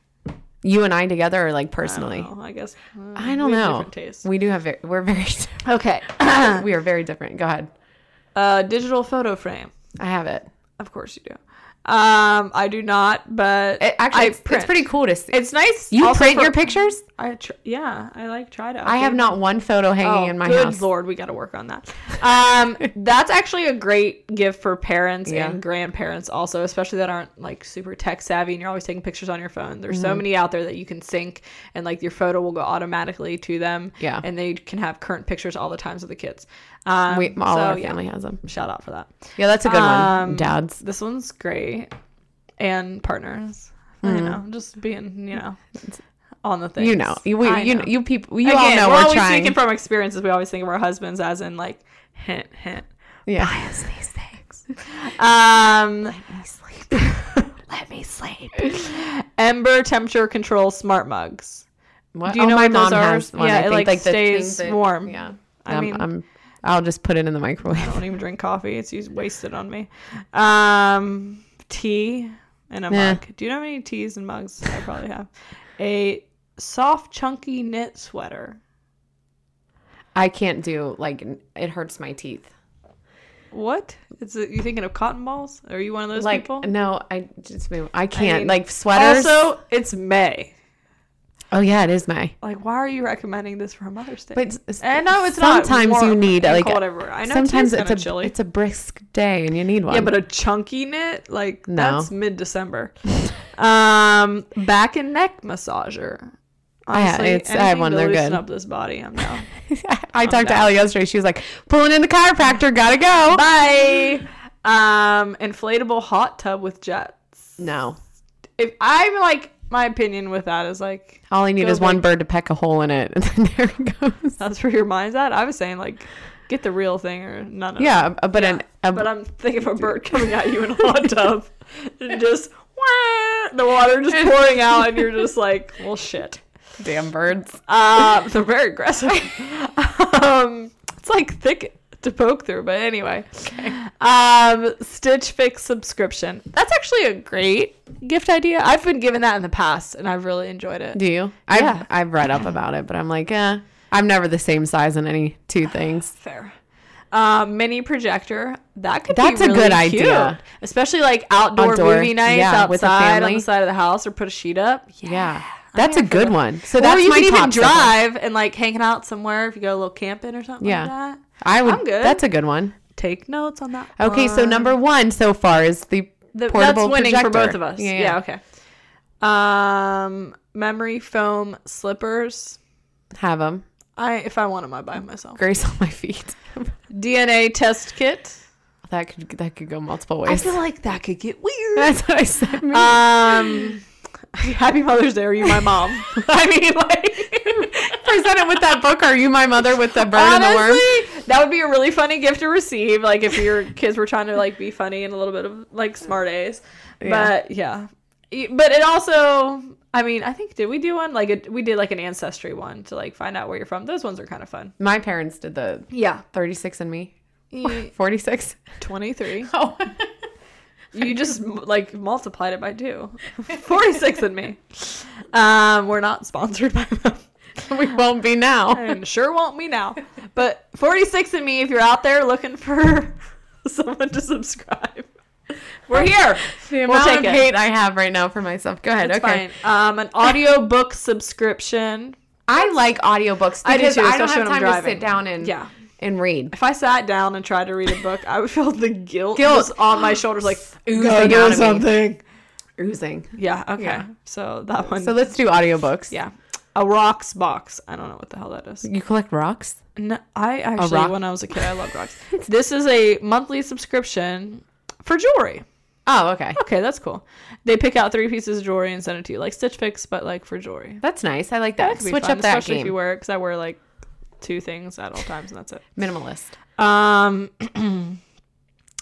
Speaker 5: You and I together, or
Speaker 3: I
Speaker 5: like
Speaker 3: don't
Speaker 5: personally?
Speaker 3: know, I guess. uh,
Speaker 5: I don't
Speaker 3: we have
Speaker 5: know.
Speaker 3: Different tastes.
Speaker 5: We do have. Very, we're very.
Speaker 3: Okay.
Speaker 5: we are very different. Go ahead.
Speaker 3: uh, digital photo frame.
Speaker 5: I have it.
Speaker 3: Of course you do. Um, I do not, but
Speaker 5: It-
Speaker 3: I
Speaker 5: actually, it's, it's
Speaker 3: print.
Speaker 5: pretty cool to see.
Speaker 3: It's nice.
Speaker 5: you
Speaker 3: also
Speaker 5: print
Speaker 3: for-
Speaker 5: your pictures?
Speaker 3: I tr- yeah, I like try to.
Speaker 5: I have
Speaker 3: update.
Speaker 5: not one photo hanging
Speaker 3: Oh,
Speaker 5: in my
Speaker 3: good
Speaker 5: house.
Speaker 3: lord, we got to work on that. Um, that's actually a great gift for parents
Speaker 5: Yeah.
Speaker 3: and grandparents, also, especially that aren't like super tech savvy and you're always taking pictures on your phone. There's
Speaker 5: Mm-hmm.
Speaker 3: so many out there that you can sync, and like your photo will go automatically to them.
Speaker 5: Yeah.
Speaker 3: and they can have current pictures all the times of the kids. Um,
Speaker 5: We, all
Speaker 3: so,
Speaker 5: our
Speaker 3: yeah,
Speaker 5: family has them.
Speaker 3: Shout out for that.
Speaker 5: Yeah, that's a good
Speaker 3: Um,
Speaker 5: one. Dad's
Speaker 3: This one's great, and partners. I know, just being you know on the thing.
Speaker 5: Mm-hmm. You know, you we,
Speaker 3: I
Speaker 5: you know. you people you all
Speaker 3: Again,
Speaker 5: know
Speaker 3: we're,
Speaker 5: we're,
Speaker 3: always
Speaker 5: trying.
Speaker 3: speaking from experiences. We always think of our husbands as in like hint, hint.
Speaker 5: yeah,
Speaker 3: these things. Um, let me sleep. let me sleep. Ember temperature control smart mugs.
Speaker 5: What?
Speaker 3: Do you
Speaker 5: oh,
Speaker 3: know
Speaker 5: my
Speaker 3: what those
Speaker 5: mom
Speaker 3: are?
Speaker 5: has one.
Speaker 3: Yeah,
Speaker 5: I
Speaker 3: it,
Speaker 5: think,
Speaker 3: like,
Speaker 5: the things
Speaker 3: stays warm.
Speaker 5: Yeah,
Speaker 3: I
Speaker 5: I am
Speaker 3: mean-
Speaker 5: I'm, I'll just put it in the
Speaker 3: I
Speaker 5: microwave.
Speaker 3: don't even drink coffee. It's used, wasted on me. Um, tea and a
Speaker 5: Nah.
Speaker 3: mug. Do you know how many teas and mugs I probably have? A soft, chunky knit sweater.
Speaker 5: I can't do like n- it hurts my teeth.
Speaker 3: What? Is it, you thinking of cotton balls? Are you one of those
Speaker 5: like
Speaker 3: people?
Speaker 5: no, I just I can't
Speaker 3: mean,
Speaker 5: like sweaters.
Speaker 3: Also, it's May.
Speaker 5: Oh yeah, it is May.
Speaker 3: Like, why are you recommending this for Mother's Day?
Speaker 5: But s- s-
Speaker 3: and no, it's not
Speaker 5: sometimes you
Speaker 3: warm
Speaker 5: need
Speaker 3: and
Speaker 5: like
Speaker 3: cold everywhere. I know
Speaker 5: sometimes it's
Speaker 3: it's
Speaker 5: a
Speaker 3: chilly.
Speaker 5: it's a brisk day and you need one.
Speaker 3: yeah, but a chunky knit like
Speaker 5: No.
Speaker 3: that's mid December. um, back and neck massager.
Speaker 5: I- it's- I have
Speaker 3: anything
Speaker 5: one,
Speaker 3: to
Speaker 5: they're
Speaker 3: loosen
Speaker 5: good.
Speaker 3: up this body. I'm down.
Speaker 5: I talked to
Speaker 3: down.
Speaker 5: Allie yesterday. She was like, "Pulling in the chiropractor, gotta go."
Speaker 3: Bye. Um, inflatable hot tub with jets.
Speaker 5: No,
Speaker 3: If I'm like, my opinion with that is like,
Speaker 5: all I need
Speaker 3: Go
Speaker 5: is one
Speaker 3: big.
Speaker 5: bird to peck a hole in it, and then there it goes.
Speaker 3: that's where your mind's at. I was saying like, get the real thing or none of
Speaker 5: Yeah, a- but an a,
Speaker 3: But I'm thinking of a bird coming at you in a hot tub and just wah, the water just pouring out and you're just like, well, shit.
Speaker 5: damn birds.
Speaker 3: Uh, they're very aggressive. um, it's like thick to poke through, but anyway. Um, Stitch Fix subscription. That's actually a great gift idea. I've been given that in the past and I've really enjoyed it.
Speaker 5: Do you? I've
Speaker 3: Yeah.
Speaker 5: I've read up about it, but I'm like, eh, I'm never the same size in any two things.
Speaker 3: Fair. Um, mini projector. That could
Speaker 5: That's
Speaker 3: be
Speaker 5: a
Speaker 3: really
Speaker 5: good
Speaker 3: cute.
Speaker 5: idea.
Speaker 3: Especially like outdoor,
Speaker 5: Outdoor,
Speaker 3: movie nights
Speaker 5: yeah,
Speaker 3: outside
Speaker 5: with the
Speaker 3: on
Speaker 5: family.
Speaker 3: the side of the house, or put a sheet up.
Speaker 5: Yeah, that's a good one. So
Speaker 3: or
Speaker 5: that's
Speaker 3: you
Speaker 5: my
Speaker 3: can even
Speaker 5: top seven.
Speaker 3: drive and like hanging out somewhere if you go a little camping or something
Speaker 5: Yeah.
Speaker 3: like that.
Speaker 5: I would.
Speaker 3: I'm good.
Speaker 5: That's a good one.
Speaker 3: Take notes on that.
Speaker 5: Okay, so
Speaker 3: one.
Speaker 5: number one so far is the,
Speaker 3: The-
Speaker 5: portable
Speaker 3: that's winning for
Speaker 5: projector.
Speaker 3: both of us.
Speaker 5: Yeah,
Speaker 3: Yeah,
Speaker 5: yeah.
Speaker 3: okay. Um, memory foam slippers.
Speaker 5: have them.
Speaker 3: I if I want them, I buy 'em myself.
Speaker 5: Grace on my feet.
Speaker 3: DNA test kit.
Speaker 5: that could that could go multiple
Speaker 3: I
Speaker 5: ways.
Speaker 3: feel like that could get weird.
Speaker 5: That's what I said.
Speaker 3: Um, happy Mother's Day. Are you my mom? I mean, like,
Speaker 5: Present it with that book. Are you my mother with the bird and the worm?
Speaker 3: honestly, that would be a really funny gift to receive. Like, if your kids were trying to like be funny and a little bit of like smart A's. But yeah, Y- but it also. I mean, I think did we do one like a, we did like an ancestry one to like find out where you're from. Those ones are kind of fun.
Speaker 5: My parents did the
Speaker 3: Yeah,
Speaker 5: 36 and me.
Speaker 3: E,
Speaker 5: 46.
Speaker 3: twenty three.
Speaker 5: Oh.
Speaker 3: You just like multiplied it by two. Forty six in me. Um, we're not sponsored by them.
Speaker 5: we won't be now.
Speaker 3: and sure won't be now. But 46 and me, if you're out there looking for someone to subscribe, we're here.
Speaker 5: The
Speaker 3: We'll
Speaker 5: amount
Speaker 3: take
Speaker 5: of
Speaker 3: it.
Speaker 5: hate I have right now for myself. Go ahead.
Speaker 3: It's
Speaker 5: okay.
Speaker 3: fine. Um, an audiobook subscription.
Speaker 5: I like audiobooks because
Speaker 3: I
Speaker 5: I,
Speaker 3: do too,
Speaker 5: don't
Speaker 3: especially when I'm
Speaker 5: have time to
Speaker 3: driving.
Speaker 5: sit down and
Speaker 3: Yeah.
Speaker 5: and read.
Speaker 3: If I sat down and tried to read a book, I would feel the guilt,
Speaker 5: Guilt.
Speaker 3: just on my shoulders, like
Speaker 5: Oozing out of me. Oozing.
Speaker 3: Yeah. Okay.
Speaker 5: Yeah.
Speaker 3: So that one.
Speaker 5: So let's do audiobooks.
Speaker 3: yeah. A rocks box. I don't know what the hell that is.
Speaker 5: You collect rocks?
Speaker 3: No, I actually,
Speaker 5: rock-
Speaker 3: when I was a kid, I loved rocks. this is a monthly subscription for jewelry.
Speaker 5: Oh, okay.
Speaker 3: Okay, that's cool. They pick out three pieces of jewelry and send it to you, like Stitch Fix, but like for jewelry.
Speaker 5: That's nice. I like that.
Speaker 3: That could be
Speaker 5: Switch
Speaker 3: fun,
Speaker 5: up that
Speaker 3: especially if you
Speaker 5: game.
Speaker 3: wear because I wear like two things at all times and that's it.
Speaker 5: Minimalist.
Speaker 3: Um,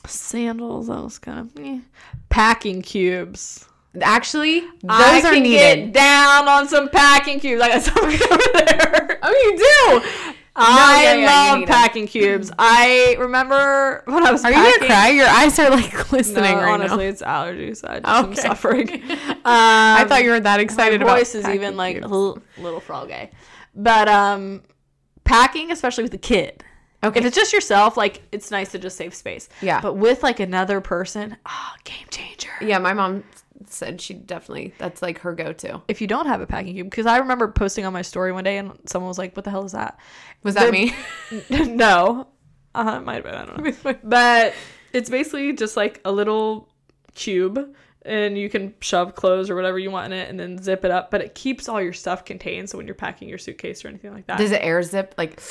Speaker 3: sandals. That was kind of eh. packing cubes.
Speaker 5: Actually, those
Speaker 3: I
Speaker 5: are
Speaker 3: can get
Speaker 5: needed.
Speaker 3: down on some packing cubes. I got something over there.
Speaker 5: Oh, you do.
Speaker 3: I
Speaker 5: yeah, yeah, you
Speaker 3: love
Speaker 5: need 'em.
Speaker 3: packing cubes. I remember when I was.
Speaker 5: Are you
Speaker 3: packing,
Speaker 5: gonna cry? Your eyes are like glistening
Speaker 3: No,
Speaker 5: right
Speaker 3: honestly,
Speaker 5: now.
Speaker 3: it's allergies. I just am
Speaker 5: Okay.
Speaker 3: suffering. Um, I
Speaker 5: I thought you were that excited
Speaker 3: my
Speaker 5: about.
Speaker 3: voice is
Speaker 5: packing
Speaker 3: even like
Speaker 5: cubes.
Speaker 3: little, little froggy. But um, packing, especially with a kid,
Speaker 5: okay.
Speaker 3: if it's just yourself, like it's nice to just save space.
Speaker 5: Yeah.
Speaker 3: But with like another person, ah, game changer.
Speaker 5: yeah, my mom said she definitely that's like her go-to.
Speaker 3: If you don't have a packing cube, because I remember posting on my story one day and someone was like, "What the hell is that?"
Speaker 5: Was
Speaker 3: The-
Speaker 5: that me?
Speaker 3: no, uh, it might have been. I don't know. but it's basically just like a little cube. And you can shove clothes or whatever you want in it, and then zip it up. But it keeps all your stuff contained. So when you're packing your suitcase or anything like that,
Speaker 5: Does it air zip like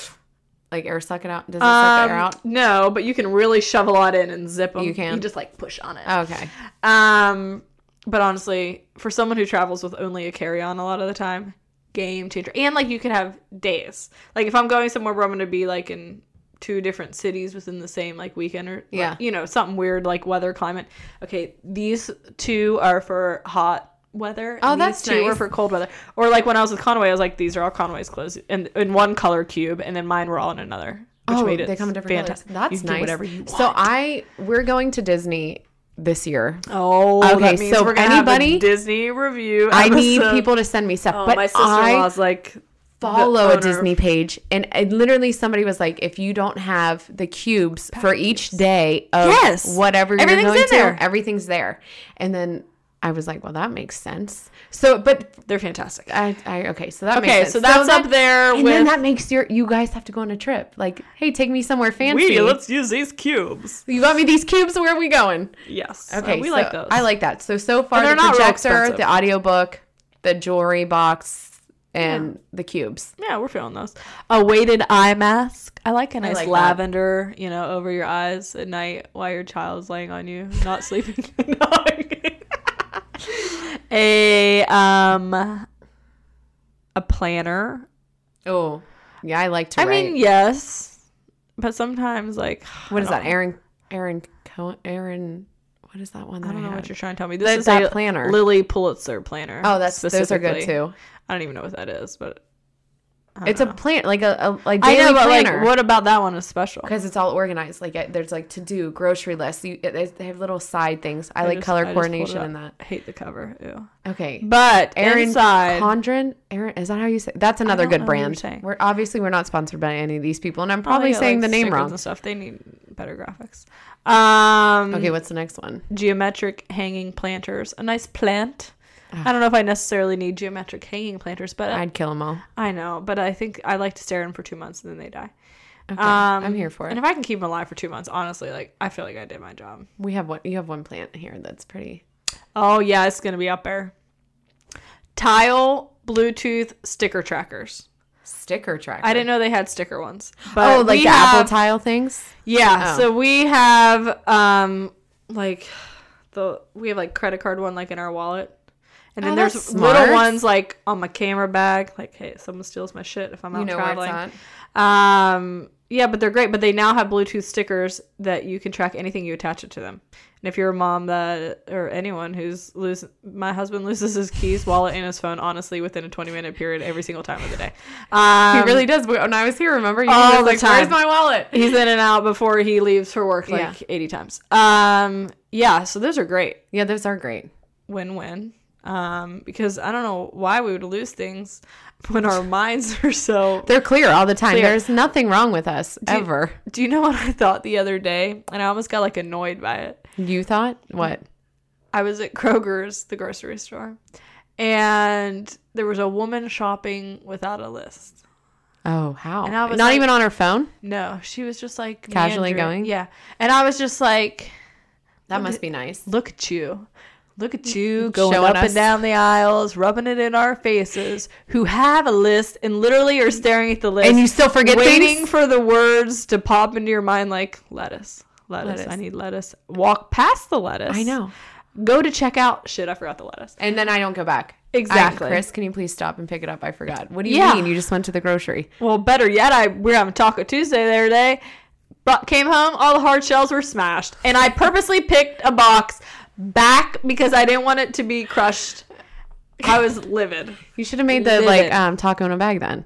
Speaker 5: like air suck it out? Does it suck the air
Speaker 3: Um,
Speaker 5: out?
Speaker 3: No, but you can really shove a lot in and zip them.
Speaker 5: You can? Oh,
Speaker 3: You just like push on it.
Speaker 5: Okay.
Speaker 3: Um, but honestly, for someone who travels with only a carry on a lot of the time, game changer. And like you can have days. Like if I'm going somewhere where I'm going to be like in two different cities within the same like weekend or like,
Speaker 5: Yeah.
Speaker 3: you know something weird like weather climate. Okay, these two are for hot weather. and
Speaker 5: Oh,
Speaker 3: these
Speaker 5: that's
Speaker 3: two are
Speaker 5: nice.
Speaker 3: for cold weather. Or like when I was with Conway, I was like, these are all Conway's clothes in in one color cube, and then mine were all in another. Which
Speaker 5: oh,
Speaker 3: made it
Speaker 5: they come in
Speaker 3: fantas-
Speaker 5: different colors. That's
Speaker 3: you can
Speaker 5: nice.
Speaker 3: Do whatever you want.
Speaker 5: So I we're going to Disney this year.
Speaker 3: Oh,
Speaker 5: Okay,
Speaker 3: that means
Speaker 5: so
Speaker 3: we're gonna have a
Speaker 5: anybody-
Speaker 3: Disney review.
Speaker 5: I need
Speaker 3: episode.
Speaker 5: people to send me stuff,
Speaker 3: Oh,
Speaker 5: but
Speaker 3: my
Speaker 5: I
Speaker 3: sister-in-law's like
Speaker 5: follow
Speaker 3: the
Speaker 5: a
Speaker 3: owner.
Speaker 5: Disney page, and it, literally somebody was like, "If you don't have the cubes for each day of
Speaker 3: Yes.
Speaker 5: whatever you're
Speaker 3: Everything's
Speaker 5: going
Speaker 3: in
Speaker 5: to,
Speaker 3: there.
Speaker 5: everything's there." And then I was like, well, that makes sense. So, but
Speaker 3: They're fantastic.
Speaker 5: I, I okay, so that
Speaker 3: okay,
Speaker 5: makes sense.
Speaker 3: so that's
Speaker 5: then-
Speaker 3: up there
Speaker 5: And then
Speaker 3: with
Speaker 5: that makes your you guys have to go on a trip. Like, hey, take me somewhere fancy.
Speaker 3: we. Let's use these cubes.
Speaker 5: you got me these cubes. Where are we going?
Speaker 3: Yes. Uh,
Speaker 5: Okay,
Speaker 3: we
Speaker 5: so
Speaker 3: like those.
Speaker 5: I like that. So so far,
Speaker 3: And
Speaker 5: the
Speaker 3: they're not real
Speaker 5: projector,
Speaker 3: expensive.
Speaker 5: the audiobook, the jewelry box, and the cubes.
Speaker 3: Yeah, we're feeling those. A weighted eye mask. I like a nice
Speaker 5: like that.
Speaker 3: lavender, you know, over your eyes at night while your child's laying on you, not sleeping. No, I'm kidding. a um a planner.
Speaker 5: Oh, yeah, I like to.
Speaker 3: I
Speaker 5: write.
Speaker 3: mean, yes. But sometimes like
Speaker 5: what is
Speaker 3: I
Speaker 5: that?
Speaker 3: don't-
Speaker 5: Aaron, Aaron, Cohen, Aaron. What is that one? That
Speaker 3: I don't know
Speaker 5: had?
Speaker 3: what you're trying to tell me. This
Speaker 5: The-
Speaker 3: is
Speaker 5: that
Speaker 3: a
Speaker 5: planner.
Speaker 3: Lily Pulitzer planner.
Speaker 5: Oh, that's those are good
Speaker 3: specifically.
Speaker 5: too.
Speaker 3: I don't even know what that is, but I don't
Speaker 5: It's a
Speaker 3: know.
Speaker 5: plant, like a, a like
Speaker 3: I
Speaker 5: daily
Speaker 3: know, but
Speaker 5: planner.
Speaker 3: like, what about that one is special?
Speaker 5: because it's all organized. Like it, there's like to do, grocery lists. You, it, it- they have little side things. I, like
Speaker 3: just-
Speaker 5: color
Speaker 3: just pulled it
Speaker 5: coordination
Speaker 3: up.
Speaker 5: and that.
Speaker 3: I hate the cover. Ew.
Speaker 5: Okay,
Speaker 3: But
Speaker 5: Erin
Speaker 3: inside, oh,
Speaker 5: Condren. Erin, is that how you say? That's another
Speaker 3: don't know
Speaker 5: good
Speaker 3: what you're
Speaker 5: brand.
Speaker 3: saying.
Speaker 5: We're obviously we're not sponsored by any of these people, and I'm
Speaker 3: Oh, they
Speaker 5: probably
Speaker 3: got,
Speaker 5: saying
Speaker 3: like,
Speaker 5: the name
Speaker 3: stickers
Speaker 5: wrong.
Speaker 3: And stuff. They need better graphics. Um,
Speaker 5: Okay, what's the next one?
Speaker 3: geometric hanging planters. A nice plant. I don't know if I necessarily need geometric hanging planters, but I,
Speaker 5: I'd kill them all.
Speaker 3: know. But I think I like to stare at them for two months and then they die.
Speaker 5: Okay,
Speaker 3: Um,
Speaker 5: I'm here for it.
Speaker 3: And if I can keep them alive for two months, honestly, like I feel like I did my job.
Speaker 5: we have one. You have one plant here that's pretty.
Speaker 3: Oh yeah, it's gonna be up there. Tile Bluetooth sticker trackers.
Speaker 5: Sticker tracker.
Speaker 3: I didn't know they had sticker ones.
Speaker 5: Oh, like
Speaker 3: we
Speaker 5: the
Speaker 3: have-
Speaker 5: apple tile things.
Speaker 3: Yeah.
Speaker 5: Oh.
Speaker 3: So we have um like the we have like credit card one like in our wallet. And then
Speaker 5: Oh,
Speaker 3: there's
Speaker 5: that's smart.
Speaker 3: little ones like on my camera bag, like hey, if someone steals my shit if I'm out
Speaker 5: You know
Speaker 3: traveling.
Speaker 5: where it's
Speaker 3: Um yeah, but they're great, but they now have Bluetooth stickers that you can track anything you attach it to them. And if you're a mom that or anyone who's lose my husband loses his keys, wallet, and his phone honestly within a 20 minute period every single time of the day. Um,
Speaker 5: at. He really does. When I was here, remember? You
Speaker 3: all
Speaker 5: was
Speaker 3: the
Speaker 5: like, Where's
Speaker 3: time.
Speaker 5: my wallet?
Speaker 3: he's in and out before he leaves for work like
Speaker 5: Yeah.
Speaker 3: 80 times um yeah so those are great
Speaker 5: Yeah, those are great.
Speaker 3: win-win um because i don't know why we would lose things when our minds are so
Speaker 5: They're clear all the time.
Speaker 3: Clear.
Speaker 5: There's nothing wrong with us
Speaker 3: you-
Speaker 5: ever.
Speaker 3: do you know what i thought the other day and i almost got like annoyed by it
Speaker 5: You thought what?
Speaker 3: i was at kroger's the grocery store and there was a woman shopping without a list
Speaker 5: Oh, how?
Speaker 3: And I
Speaker 5: Not
Speaker 3: was like-
Speaker 5: even on her phone.
Speaker 3: no she was just like
Speaker 5: Casually
Speaker 3: meandering.
Speaker 5: going?
Speaker 3: yeah and i was just like
Speaker 5: That must be nice.
Speaker 3: look at you look at you going
Speaker 5: Showing
Speaker 3: up
Speaker 5: us.
Speaker 3: and down the aisles rubbing it in our faces who have a list and literally are staring at the list
Speaker 5: And you still forget
Speaker 3: waiting
Speaker 5: things.
Speaker 3: for the words to pop into your mind like lettuce lettuce,
Speaker 5: Lettuce.
Speaker 3: i need lettuce walk past the lettuce
Speaker 5: I know.
Speaker 3: go to check out shit i forgot the lettuce
Speaker 5: And then I don't go back.
Speaker 3: Exactly.
Speaker 5: I- Chris, can you please stop and pick it up? I forgot. What do you
Speaker 3: Yeah.
Speaker 5: mean? You just went to the grocery.
Speaker 3: well better yet i we were having taco tuesday the other day but came home all the hard shells were smashed and i purposely picked a box back because i didn't want it to be crushed i was livid
Speaker 5: You should have made the
Speaker 3: Live
Speaker 5: like
Speaker 3: it.
Speaker 5: um, taco in a bag then.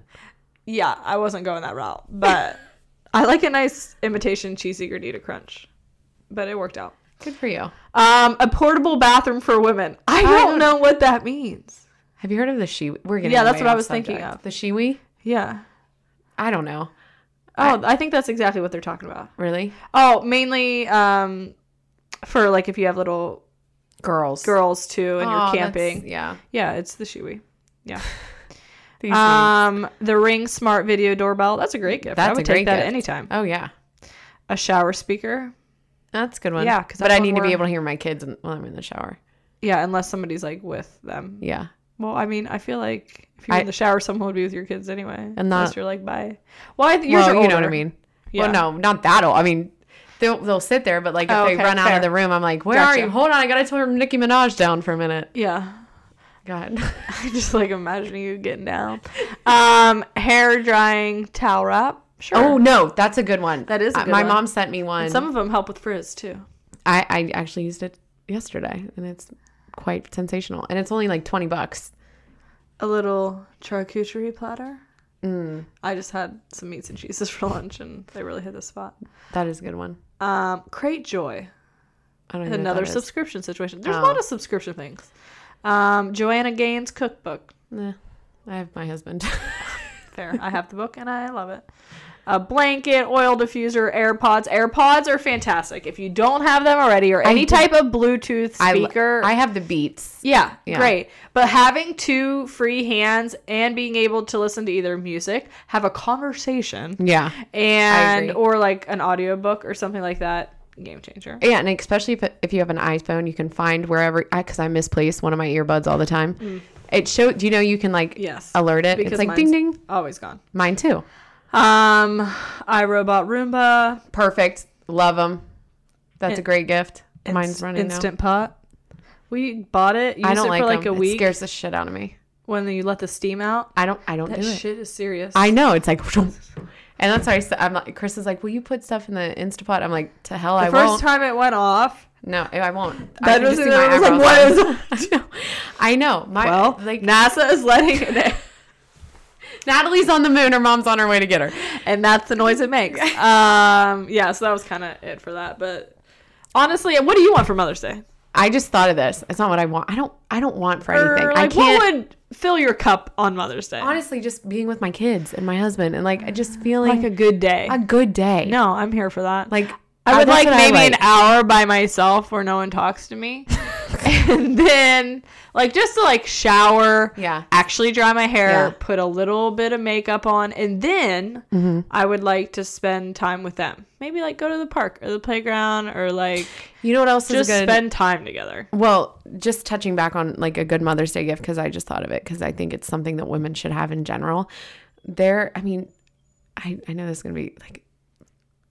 Speaker 3: Yeah, I wasn't going that route, but I like a nice imitation cheesy gordita crunch. But it worked out.
Speaker 5: Good for you.
Speaker 3: Um, a portable bathroom for women. I don't
Speaker 5: don't-
Speaker 3: know what that means.
Speaker 5: Have you heard of the shiwi? We're getting
Speaker 3: Yeah, that's
Speaker 5: way
Speaker 3: what I
Speaker 5: off
Speaker 3: was thinking
Speaker 5: subject.
Speaker 3: of.
Speaker 5: The shiwi?
Speaker 3: Yeah.
Speaker 5: I don't know.
Speaker 3: Oh, I, think that's exactly what they're talking about.
Speaker 5: Really?
Speaker 3: Oh, mainly um, for like if you have little
Speaker 5: Girls.
Speaker 3: girls too and
Speaker 5: Aw,
Speaker 3: you're
Speaker 5: that's-
Speaker 3: camping.
Speaker 5: Yeah.
Speaker 3: Yeah, it's the shoey. Yeah.
Speaker 5: These
Speaker 3: Um, the Ring smart video doorbell. That's a great gift. I
Speaker 5: That's
Speaker 3: would
Speaker 5: a
Speaker 3: take
Speaker 5: great
Speaker 3: that
Speaker 5: gift.
Speaker 3: anytime.
Speaker 5: oh yeah.
Speaker 3: A shower speaker.
Speaker 5: That's a good one.
Speaker 3: Yeah, 'cause
Speaker 5: but
Speaker 3: that's
Speaker 5: I
Speaker 3: when
Speaker 5: need to be
Speaker 3: we're-
Speaker 5: able to hear my kids in- while I'm in the shower.
Speaker 3: Yeah, unless somebody's like with them.
Speaker 5: Yeah.
Speaker 3: Well, I mean, I feel like if you're
Speaker 5: I-
Speaker 3: in the shower, someone would be with your kids anyway. And
Speaker 5: not-
Speaker 3: unless you're like, bye. Well, I th- yours
Speaker 5: Well,
Speaker 3: are
Speaker 5: you know what I
Speaker 3: older.
Speaker 5: mean.
Speaker 3: Yeah.
Speaker 5: Well, no, not that old. I mean, they'll they'll sit there, but like if
Speaker 3: Oh,
Speaker 5: they
Speaker 3: okay,
Speaker 5: run out of
Speaker 3: fair.
Speaker 5: the room, I'm like, where
Speaker 3: Gotcha.
Speaker 5: are you? Hold on, I gotta turn Nicki Minaj down for a minute.
Speaker 3: Yeah,
Speaker 5: God,
Speaker 3: I'm just like imagining you getting down. Um, hair drying towel wrap. Sure.
Speaker 5: oh no, that's a good one.
Speaker 3: That is a
Speaker 5: Uh,
Speaker 3: good
Speaker 5: my
Speaker 3: one.
Speaker 5: mom sent me one.
Speaker 3: some of them help with frizz too.
Speaker 5: I I actually used it yesterday, and it's quite sensational. And it's only like twenty bucks.
Speaker 3: A little charcuterie platter. Mm. I just had some meats and cheeses for lunch, and they really hit the spot.
Speaker 5: That is a good one.
Speaker 3: Um, Crate Joy,
Speaker 5: I don't even know what
Speaker 3: another
Speaker 5: that is.
Speaker 3: subscription situation. There's
Speaker 5: Oh.
Speaker 3: a lot of subscription things. Um, Joanna Gaines cookbook.
Speaker 5: Nah, I have my husband.
Speaker 3: Fair. I have the book and I love it. a blanket, oil diffuser, AirPods. AirPods are fantastic. If you don't have them already, or any
Speaker 5: do-
Speaker 3: type of Bluetooth
Speaker 5: I, l-
Speaker 3: speaker,
Speaker 5: I have the beats.
Speaker 3: yeah,
Speaker 5: Yeah.
Speaker 3: great. But having two free hands and being able to listen to either music, have a conversation,
Speaker 5: Yeah. I
Speaker 3: and
Speaker 5: agree.
Speaker 3: or like an audiobook or something like that, game changer.
Speaker 5: Yeah, and especially if, if you have an iPhone, you can find wherever because I, misplace one of my earbuds all the time. It show. Do you know you can like
Speaker 3: Mm. Yes.
Speaker 5: alert it?
Speaker 3: Because
Speaker 5: it's like
Speaker 3: mine's
Speaker 5: ding ding.
Speaker 3: Always gone.
Speaker 5: Mine too.
Speaker 3: Um, iRobot Roomba.
Speaker 5: Perfect. Love them. That's a great gift. Mine's
Speaker 3: Inst-
Speaker 5: running now.
Speaker 3: Instant Pot. We bought it. Used
Speaker 5: I don't
Speaker 3: it
Speaker 5: like,
Speaker 3: for like
Speaker 5: 'em.
Speaker 3: a week
Speaker 5: It scares the shit out of me.
Speaker 3: when you let the steam out.
Speaker 5: I don't. I don't
Speaker 3: That
Speaker 5: do it.
Speaker 3: shit is serious.
Speaker 5: I know. It's like, and that's why I said, I'm like, Chris is like, will you put stuff in the Instapot? I'm like, to hell, I
Speaker 3: the first
Speaker 5: won't.
Speaker 3: time it went off,
Speaker 5: no, I won't.
Speaker 3: That
Speaker 5: can just
Speaker 3: was-
Speaker 5: do my
Speaker 3: I was like,
Speaker 5: eyebrows
Speaker 3: what
Speaker 5: on. I know. I know. My,
Speaker 3: well,
Speaker 5: like,
Speaker 3: NASA is letting, it,
Speaker 5: Natalie's on the moon. Her mom's on her way to get her.
Speaker 3: and that's the noise it makes. Um, yeah, so that was kind of it for that. But honestly, what do you want for Mother's Day?
Speaker 5: I just thought of this. It's not what I want. I don't. I don't want for
Speaker 3: Or,
Speaker 5: anything.
Speaker 3: like,
Speaker 5: I can't.
Speaker 3: What would fill your cup on Mother's Day?
Speaker 5: honestly, just being with my kids and my husband, and like, I just feeling
Speaker 3: like a good day.
Speaker 5: a, good day.
Speaker 3: no, I'm here for that.
Speaker 5: like
Speaker 3: I would like
Speaker 5: that's what I
Speaker 3: maybe an hour by myself where no one talks to me. and then like just to like shower,
Speaker 5: Yeah.
Speaker 3: actually dry my hair,
Speaker 5: Yeah.
Speaker 3: put a little bit of makeup on, and then I would like to spend time with them. Maybe like go to the park or the playground or like
Speaker 5: You know what else
Speaker 3: just
Speaker 5: is good?
Speaker 3: spend time together.
Speaker 5: Well, just touching back on like a good Mother's Day gift because I just thought of it because I think it's something that women should have in general. There, I mean, I, I know this is gonna be like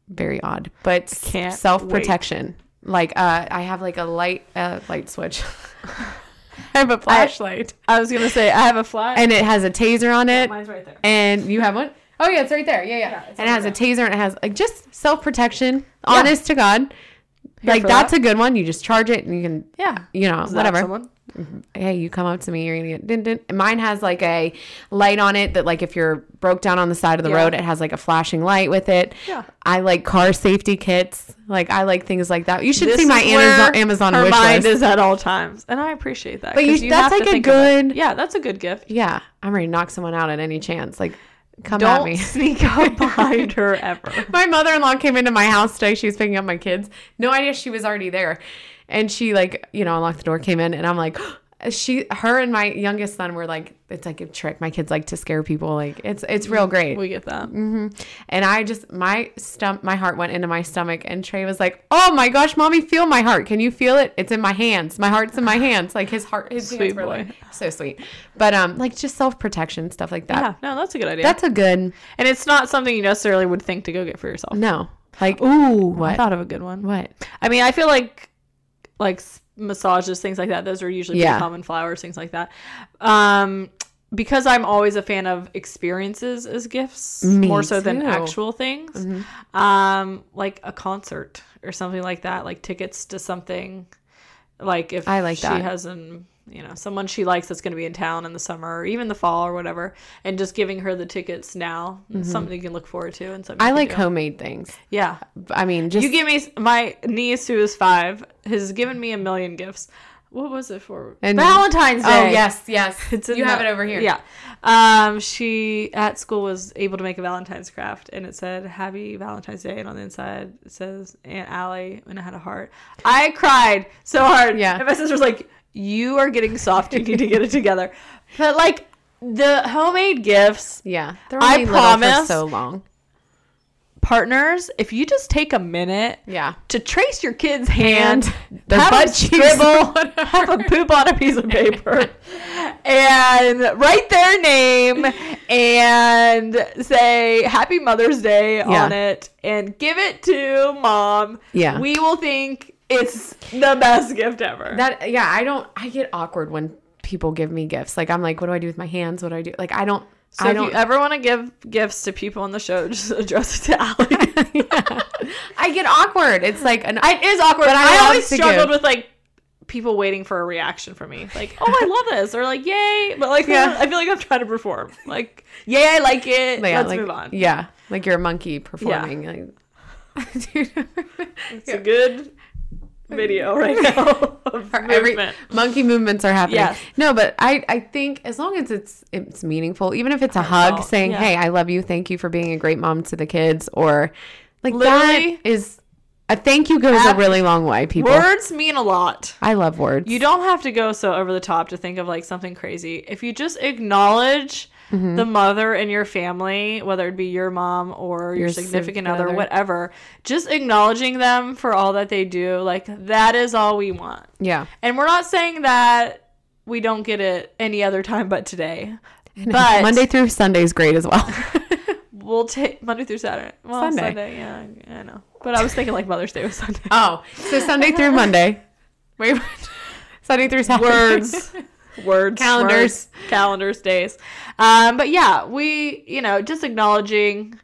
Speaker 5: very odd, but
Speaker 3: can't
Speaker 5: self protection. Like uh, I have like a light uh, light switch. I have a flashlight,
Speaker 3: I was gonna say I have a fly.
Speaker 5: and it has a taser on it.
Speaker 2: Mine's right there.
Speaker 5: And you have one? Oh yeah, it's right there. Yeah, yeah.
Speaker 2: it's
Speaker 5: and it has a taser and it has like just self protection. Honest to God, like
Speaker 3: for
Speaker 5: that's a good one. You just charge it and you can,
Speaker 3: yeah.
Speaker 5: you know,
Speaker 3: Zap
Speaker 5: whatever
Speaker 3: Someone.
Speaker 5: hey, you come up to me, you're gonna get din, din. Mine has like a light on it that like if you're broke down on the side of the
Speaker 3: Yeah.
Speaker 5: road, it has like a flashing light with it.
Speaker 3: Yeah.
Speaker 5: I like car safety kits. Like I like things like that. You should see my
Speaker 3: is where
Speaker 5: Amazon Amazon
Speaker 3: her
Speaker 5: wish
Speaker 3: mind
Speaker 5: list.
Speaker 3: is at all times, and I appreciate that.
Speaker 5: But you-
Speaker 3: 'cause have
Speaker 5: that's
Speaker 3: to
Speaker 5: like a
Speaker 3: think of it.
Speaker 5: good-
Speaker 3: Yeah, that's a good gift.
Speaker 5: yeah, I'm ready to knock someone out at any chance. Like come at
Speaker 3: Don't
Speaker 5: me.
Speaker 3: sneak up behind her ever.
Speaker 5: my mother-in-law came into my house today. She was picking up my kids. No idea she was already there. And she like, you know, unlocked the door, came in, and I'm like, she her and my youngest son were like, it's like a trick. My kids like to scare people. Like it's it's real great.
Speaker 3: We get that.
Speaker 5: hmm And I just my stump my heart went into my stomach and Trey was like, "Oh my gosh, mommy, feel my heart. Can you feel it? It's in my hands. My heart's in my hands." Like his heart his
Speaker 3: Sweet
Speaker 5: hands were
Speaker 3: boy.
Speaker 5: like so sweet. But um like just self-protection stuff like that.
Speaker 3: Yeah, no, that's a good idea.
Speaker 5: That's a good
Speaker 3: and it's not something you necessarily would think to go get for yourself.
Speaker 5: no. Like
Speaker 3: Ooh,
Speaker 5: Mm, What?
Speaker 3: I thought of a good one.
Speaker 5: what?
Speaker 3: I mean, I feel like like s- massages, things like that. Those are usually
Speaker 5: Yeah.
Speaker 3: pretty common flowers, things like that. Um, because I'm always a fan of experiences as gifts,
Speaker 5: Me
Speaker 3: more so than
Speaker 5: too.
Speaker 3: actual things.
Speaker 5: Mm-hmm.
Speaker 3: Um, like a concert or something like that, like tickets to something. Like if
Speaker 5: I like
Speaker 3: she
Speaker 5: that.
Speaker 3: has an you know someone she likes that's going to be in town in the summer or even the fall or whatever, and just giving her the tickets now, it's something you can look forward to and something
Speaker 5: Mm-hmm. I
Speaker 3: you can
Speaker 5: like
Speaker 3: do.
Speaker 5: homemade things.
Speaker 3: yeah
Speaker 5: I mean, just
Speaker 3: you give me my niece who is five has given me a million gifts. What was it for?
Speaker 5: And-
Speaker 3: Valentine's Day.
Speaker 5: Oh, yes, yes.
Speaker 3: It's in
Speaker 5: you have
Speaker 3: the-
Speaker 5: it over here.
Speaker 3: Yeah. Um, she at school was able to make a Valentine's craft, and it said "Happy Valentine's Day," and on the inside it says "Aunt Allie," and it had a heart. I cried so hard.
Speaker 5: Yeah.
Speaker 3: And my sister's like, "You are getting soft. You need to get it together." But like the homemade gifts
Speaker 5: Yeah. They're
Speaker 3: I
Speaker 5: only little for
Speaker 3: promise-
Speaker 5: so long.
Speaker 3: partners, if you just take a minute
Speaker 5: Yeah.
Speaker 3: to trace your kid's hand,
Speaker 5: Their
Speaker 3: have
Speaker 5: butt
Speaker 3: them
Speaker 5: cheeks
Speaker 3: scribble, have a poop on a piece of paper, and write their name and say Happy Mother's Day on it, and give it to mom.
Speaker 5: Yeah.
Speaker 3: we will think it's the best gift ever.
Speaker 5: That yeah, I don't I get awkward when people give me gifts. Like I'm like, what do I do with my hands? What do I do? Like I don't
Speaker 3: so
Speaker 5: I
Speaker 3: if
Speaker 5: don't
Speaker 3: you ever want to give gifts to people on the show, just address it to Allie.
Speaker 5: I get awkward. It's like an
Speaker 3: It is awkward.
Speaker 5: But I
Speaker 3: I,
Speaker 5: love
Speaker 3: always
Speaker 5: to
Speaker 3: struggled
Speaker 5: give.
Speaker 3: with like people waiting for a reaction from me. Like, oh, I love this, or like, yay. But like,
Speaker 5: Yeah.
Speaker 3: I feel like I'm trying to perform. Like, yay, I like it.
Speaker 5: yeah,
Speaker 3: Let's
Speaker 5: like,
Speaker 3: move on.
Speaker 5: Yeah, like you're a monkey performing. Like, Dude.
Speaker 3: It's a good video right now of
Speaker 5: Or every
Speaker 3: movement.
Speaker 5: monkey movements are happening.
Speaker 3: Yes.
Speaker 5: No, but I, I think as long as it's it's meaningful, even if it's a hug
Speaker 3: Heartfelt,
Speaker 5: saying,
Speaker 3: yeah.
Speaker 5: "Hey, I love you. Thank you for being a great mom to the kids," or like
Speaker 3: Literally.
Speaker 5: that is a thank you goes
Speaker 3: Ab-
Speaker 5: a really long way, people.
Speaker 3: Words mean a lot.
Speaker 5: I love words.
Speaker 3: You don't have to go so over the top to think of like something crazy. If you just acknowledge
Speaker 5: Mm-hmm.
Speaker 3: the mother in your family, whether it be your mom or your,
Speaker 5: Your
Speaker 3: significant
Speaker 5: significant
Speaker 3: other,
Speaker 5: other.
Speaker 3: whatever, just acknowledging them for all that they do, like that is all we want.
Speaker 5: Yeah.
Speaker 3: And we're not saying that we don't get it any other time but today. But
Speaker 5: Monday through Sunday is great as well.
Speaker 3: we'll take Monday through Saturday. Well, Sunday.
Speaker 5: Sunday.
Speaker 3: yeah, I know. But I was thinking like Mother's Day was Sunday.
Speaker 5: oh, so Sunday through Monday. Wait, Sunday through Saturday.
Speaker 3: words words
Speaker 5: Calendars.
Speaker 3: words, calendars days um but yeah we you know just acknowledging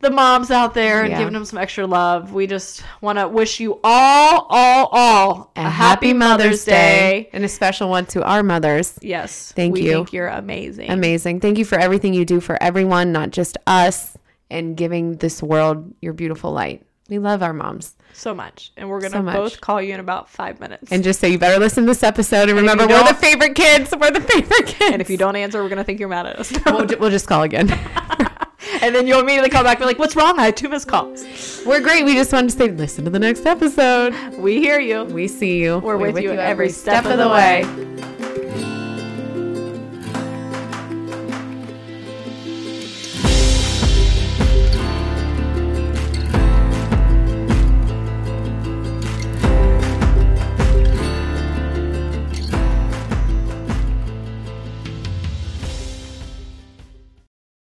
Speaker 3: the moms out there and
Speaker 5: Yeah.
Speaker 3: giving them some extra love we just want to wish you all all all
Speaker 5: A happy Mother's Day. and a special one to our mothers.
Speaker 3: yes
Speaker 5: Thank
Speaker 3: we
Speaker 5: you.
Speaker 3: think you're amazing
Speaker 5: Amazing. Thank you for everything you do for everyone, not just us, and giving this world your beautiful light. We love our moms.
Speaker 3: so much and we're gonna
Speaker 5: So much.
Speaker 3: both call you in about five minutes
Speaker 5: And just so you better listen to this episode and
Speaker 3: And if
Speaker 5: remember,
Speaker 3: you
Speaker 5: we're the
Speaker 3: don't-
Speaker 5: favorite kids. We're the favorite kids.
Speaker 3: And if you don't answer we're gonna think you're mad at us
Speaker 5: we'll, ju- we'll just call again.
Speaker 3: and then you'll immediately call back and be like what's wrong i had two missed calls
Speaker 5: we're great. We just wanted to say, listen to the next episode.
Speaker 3: we hear you
Speaker 5: We see you.
Speaker 3: We're with you every step of the way.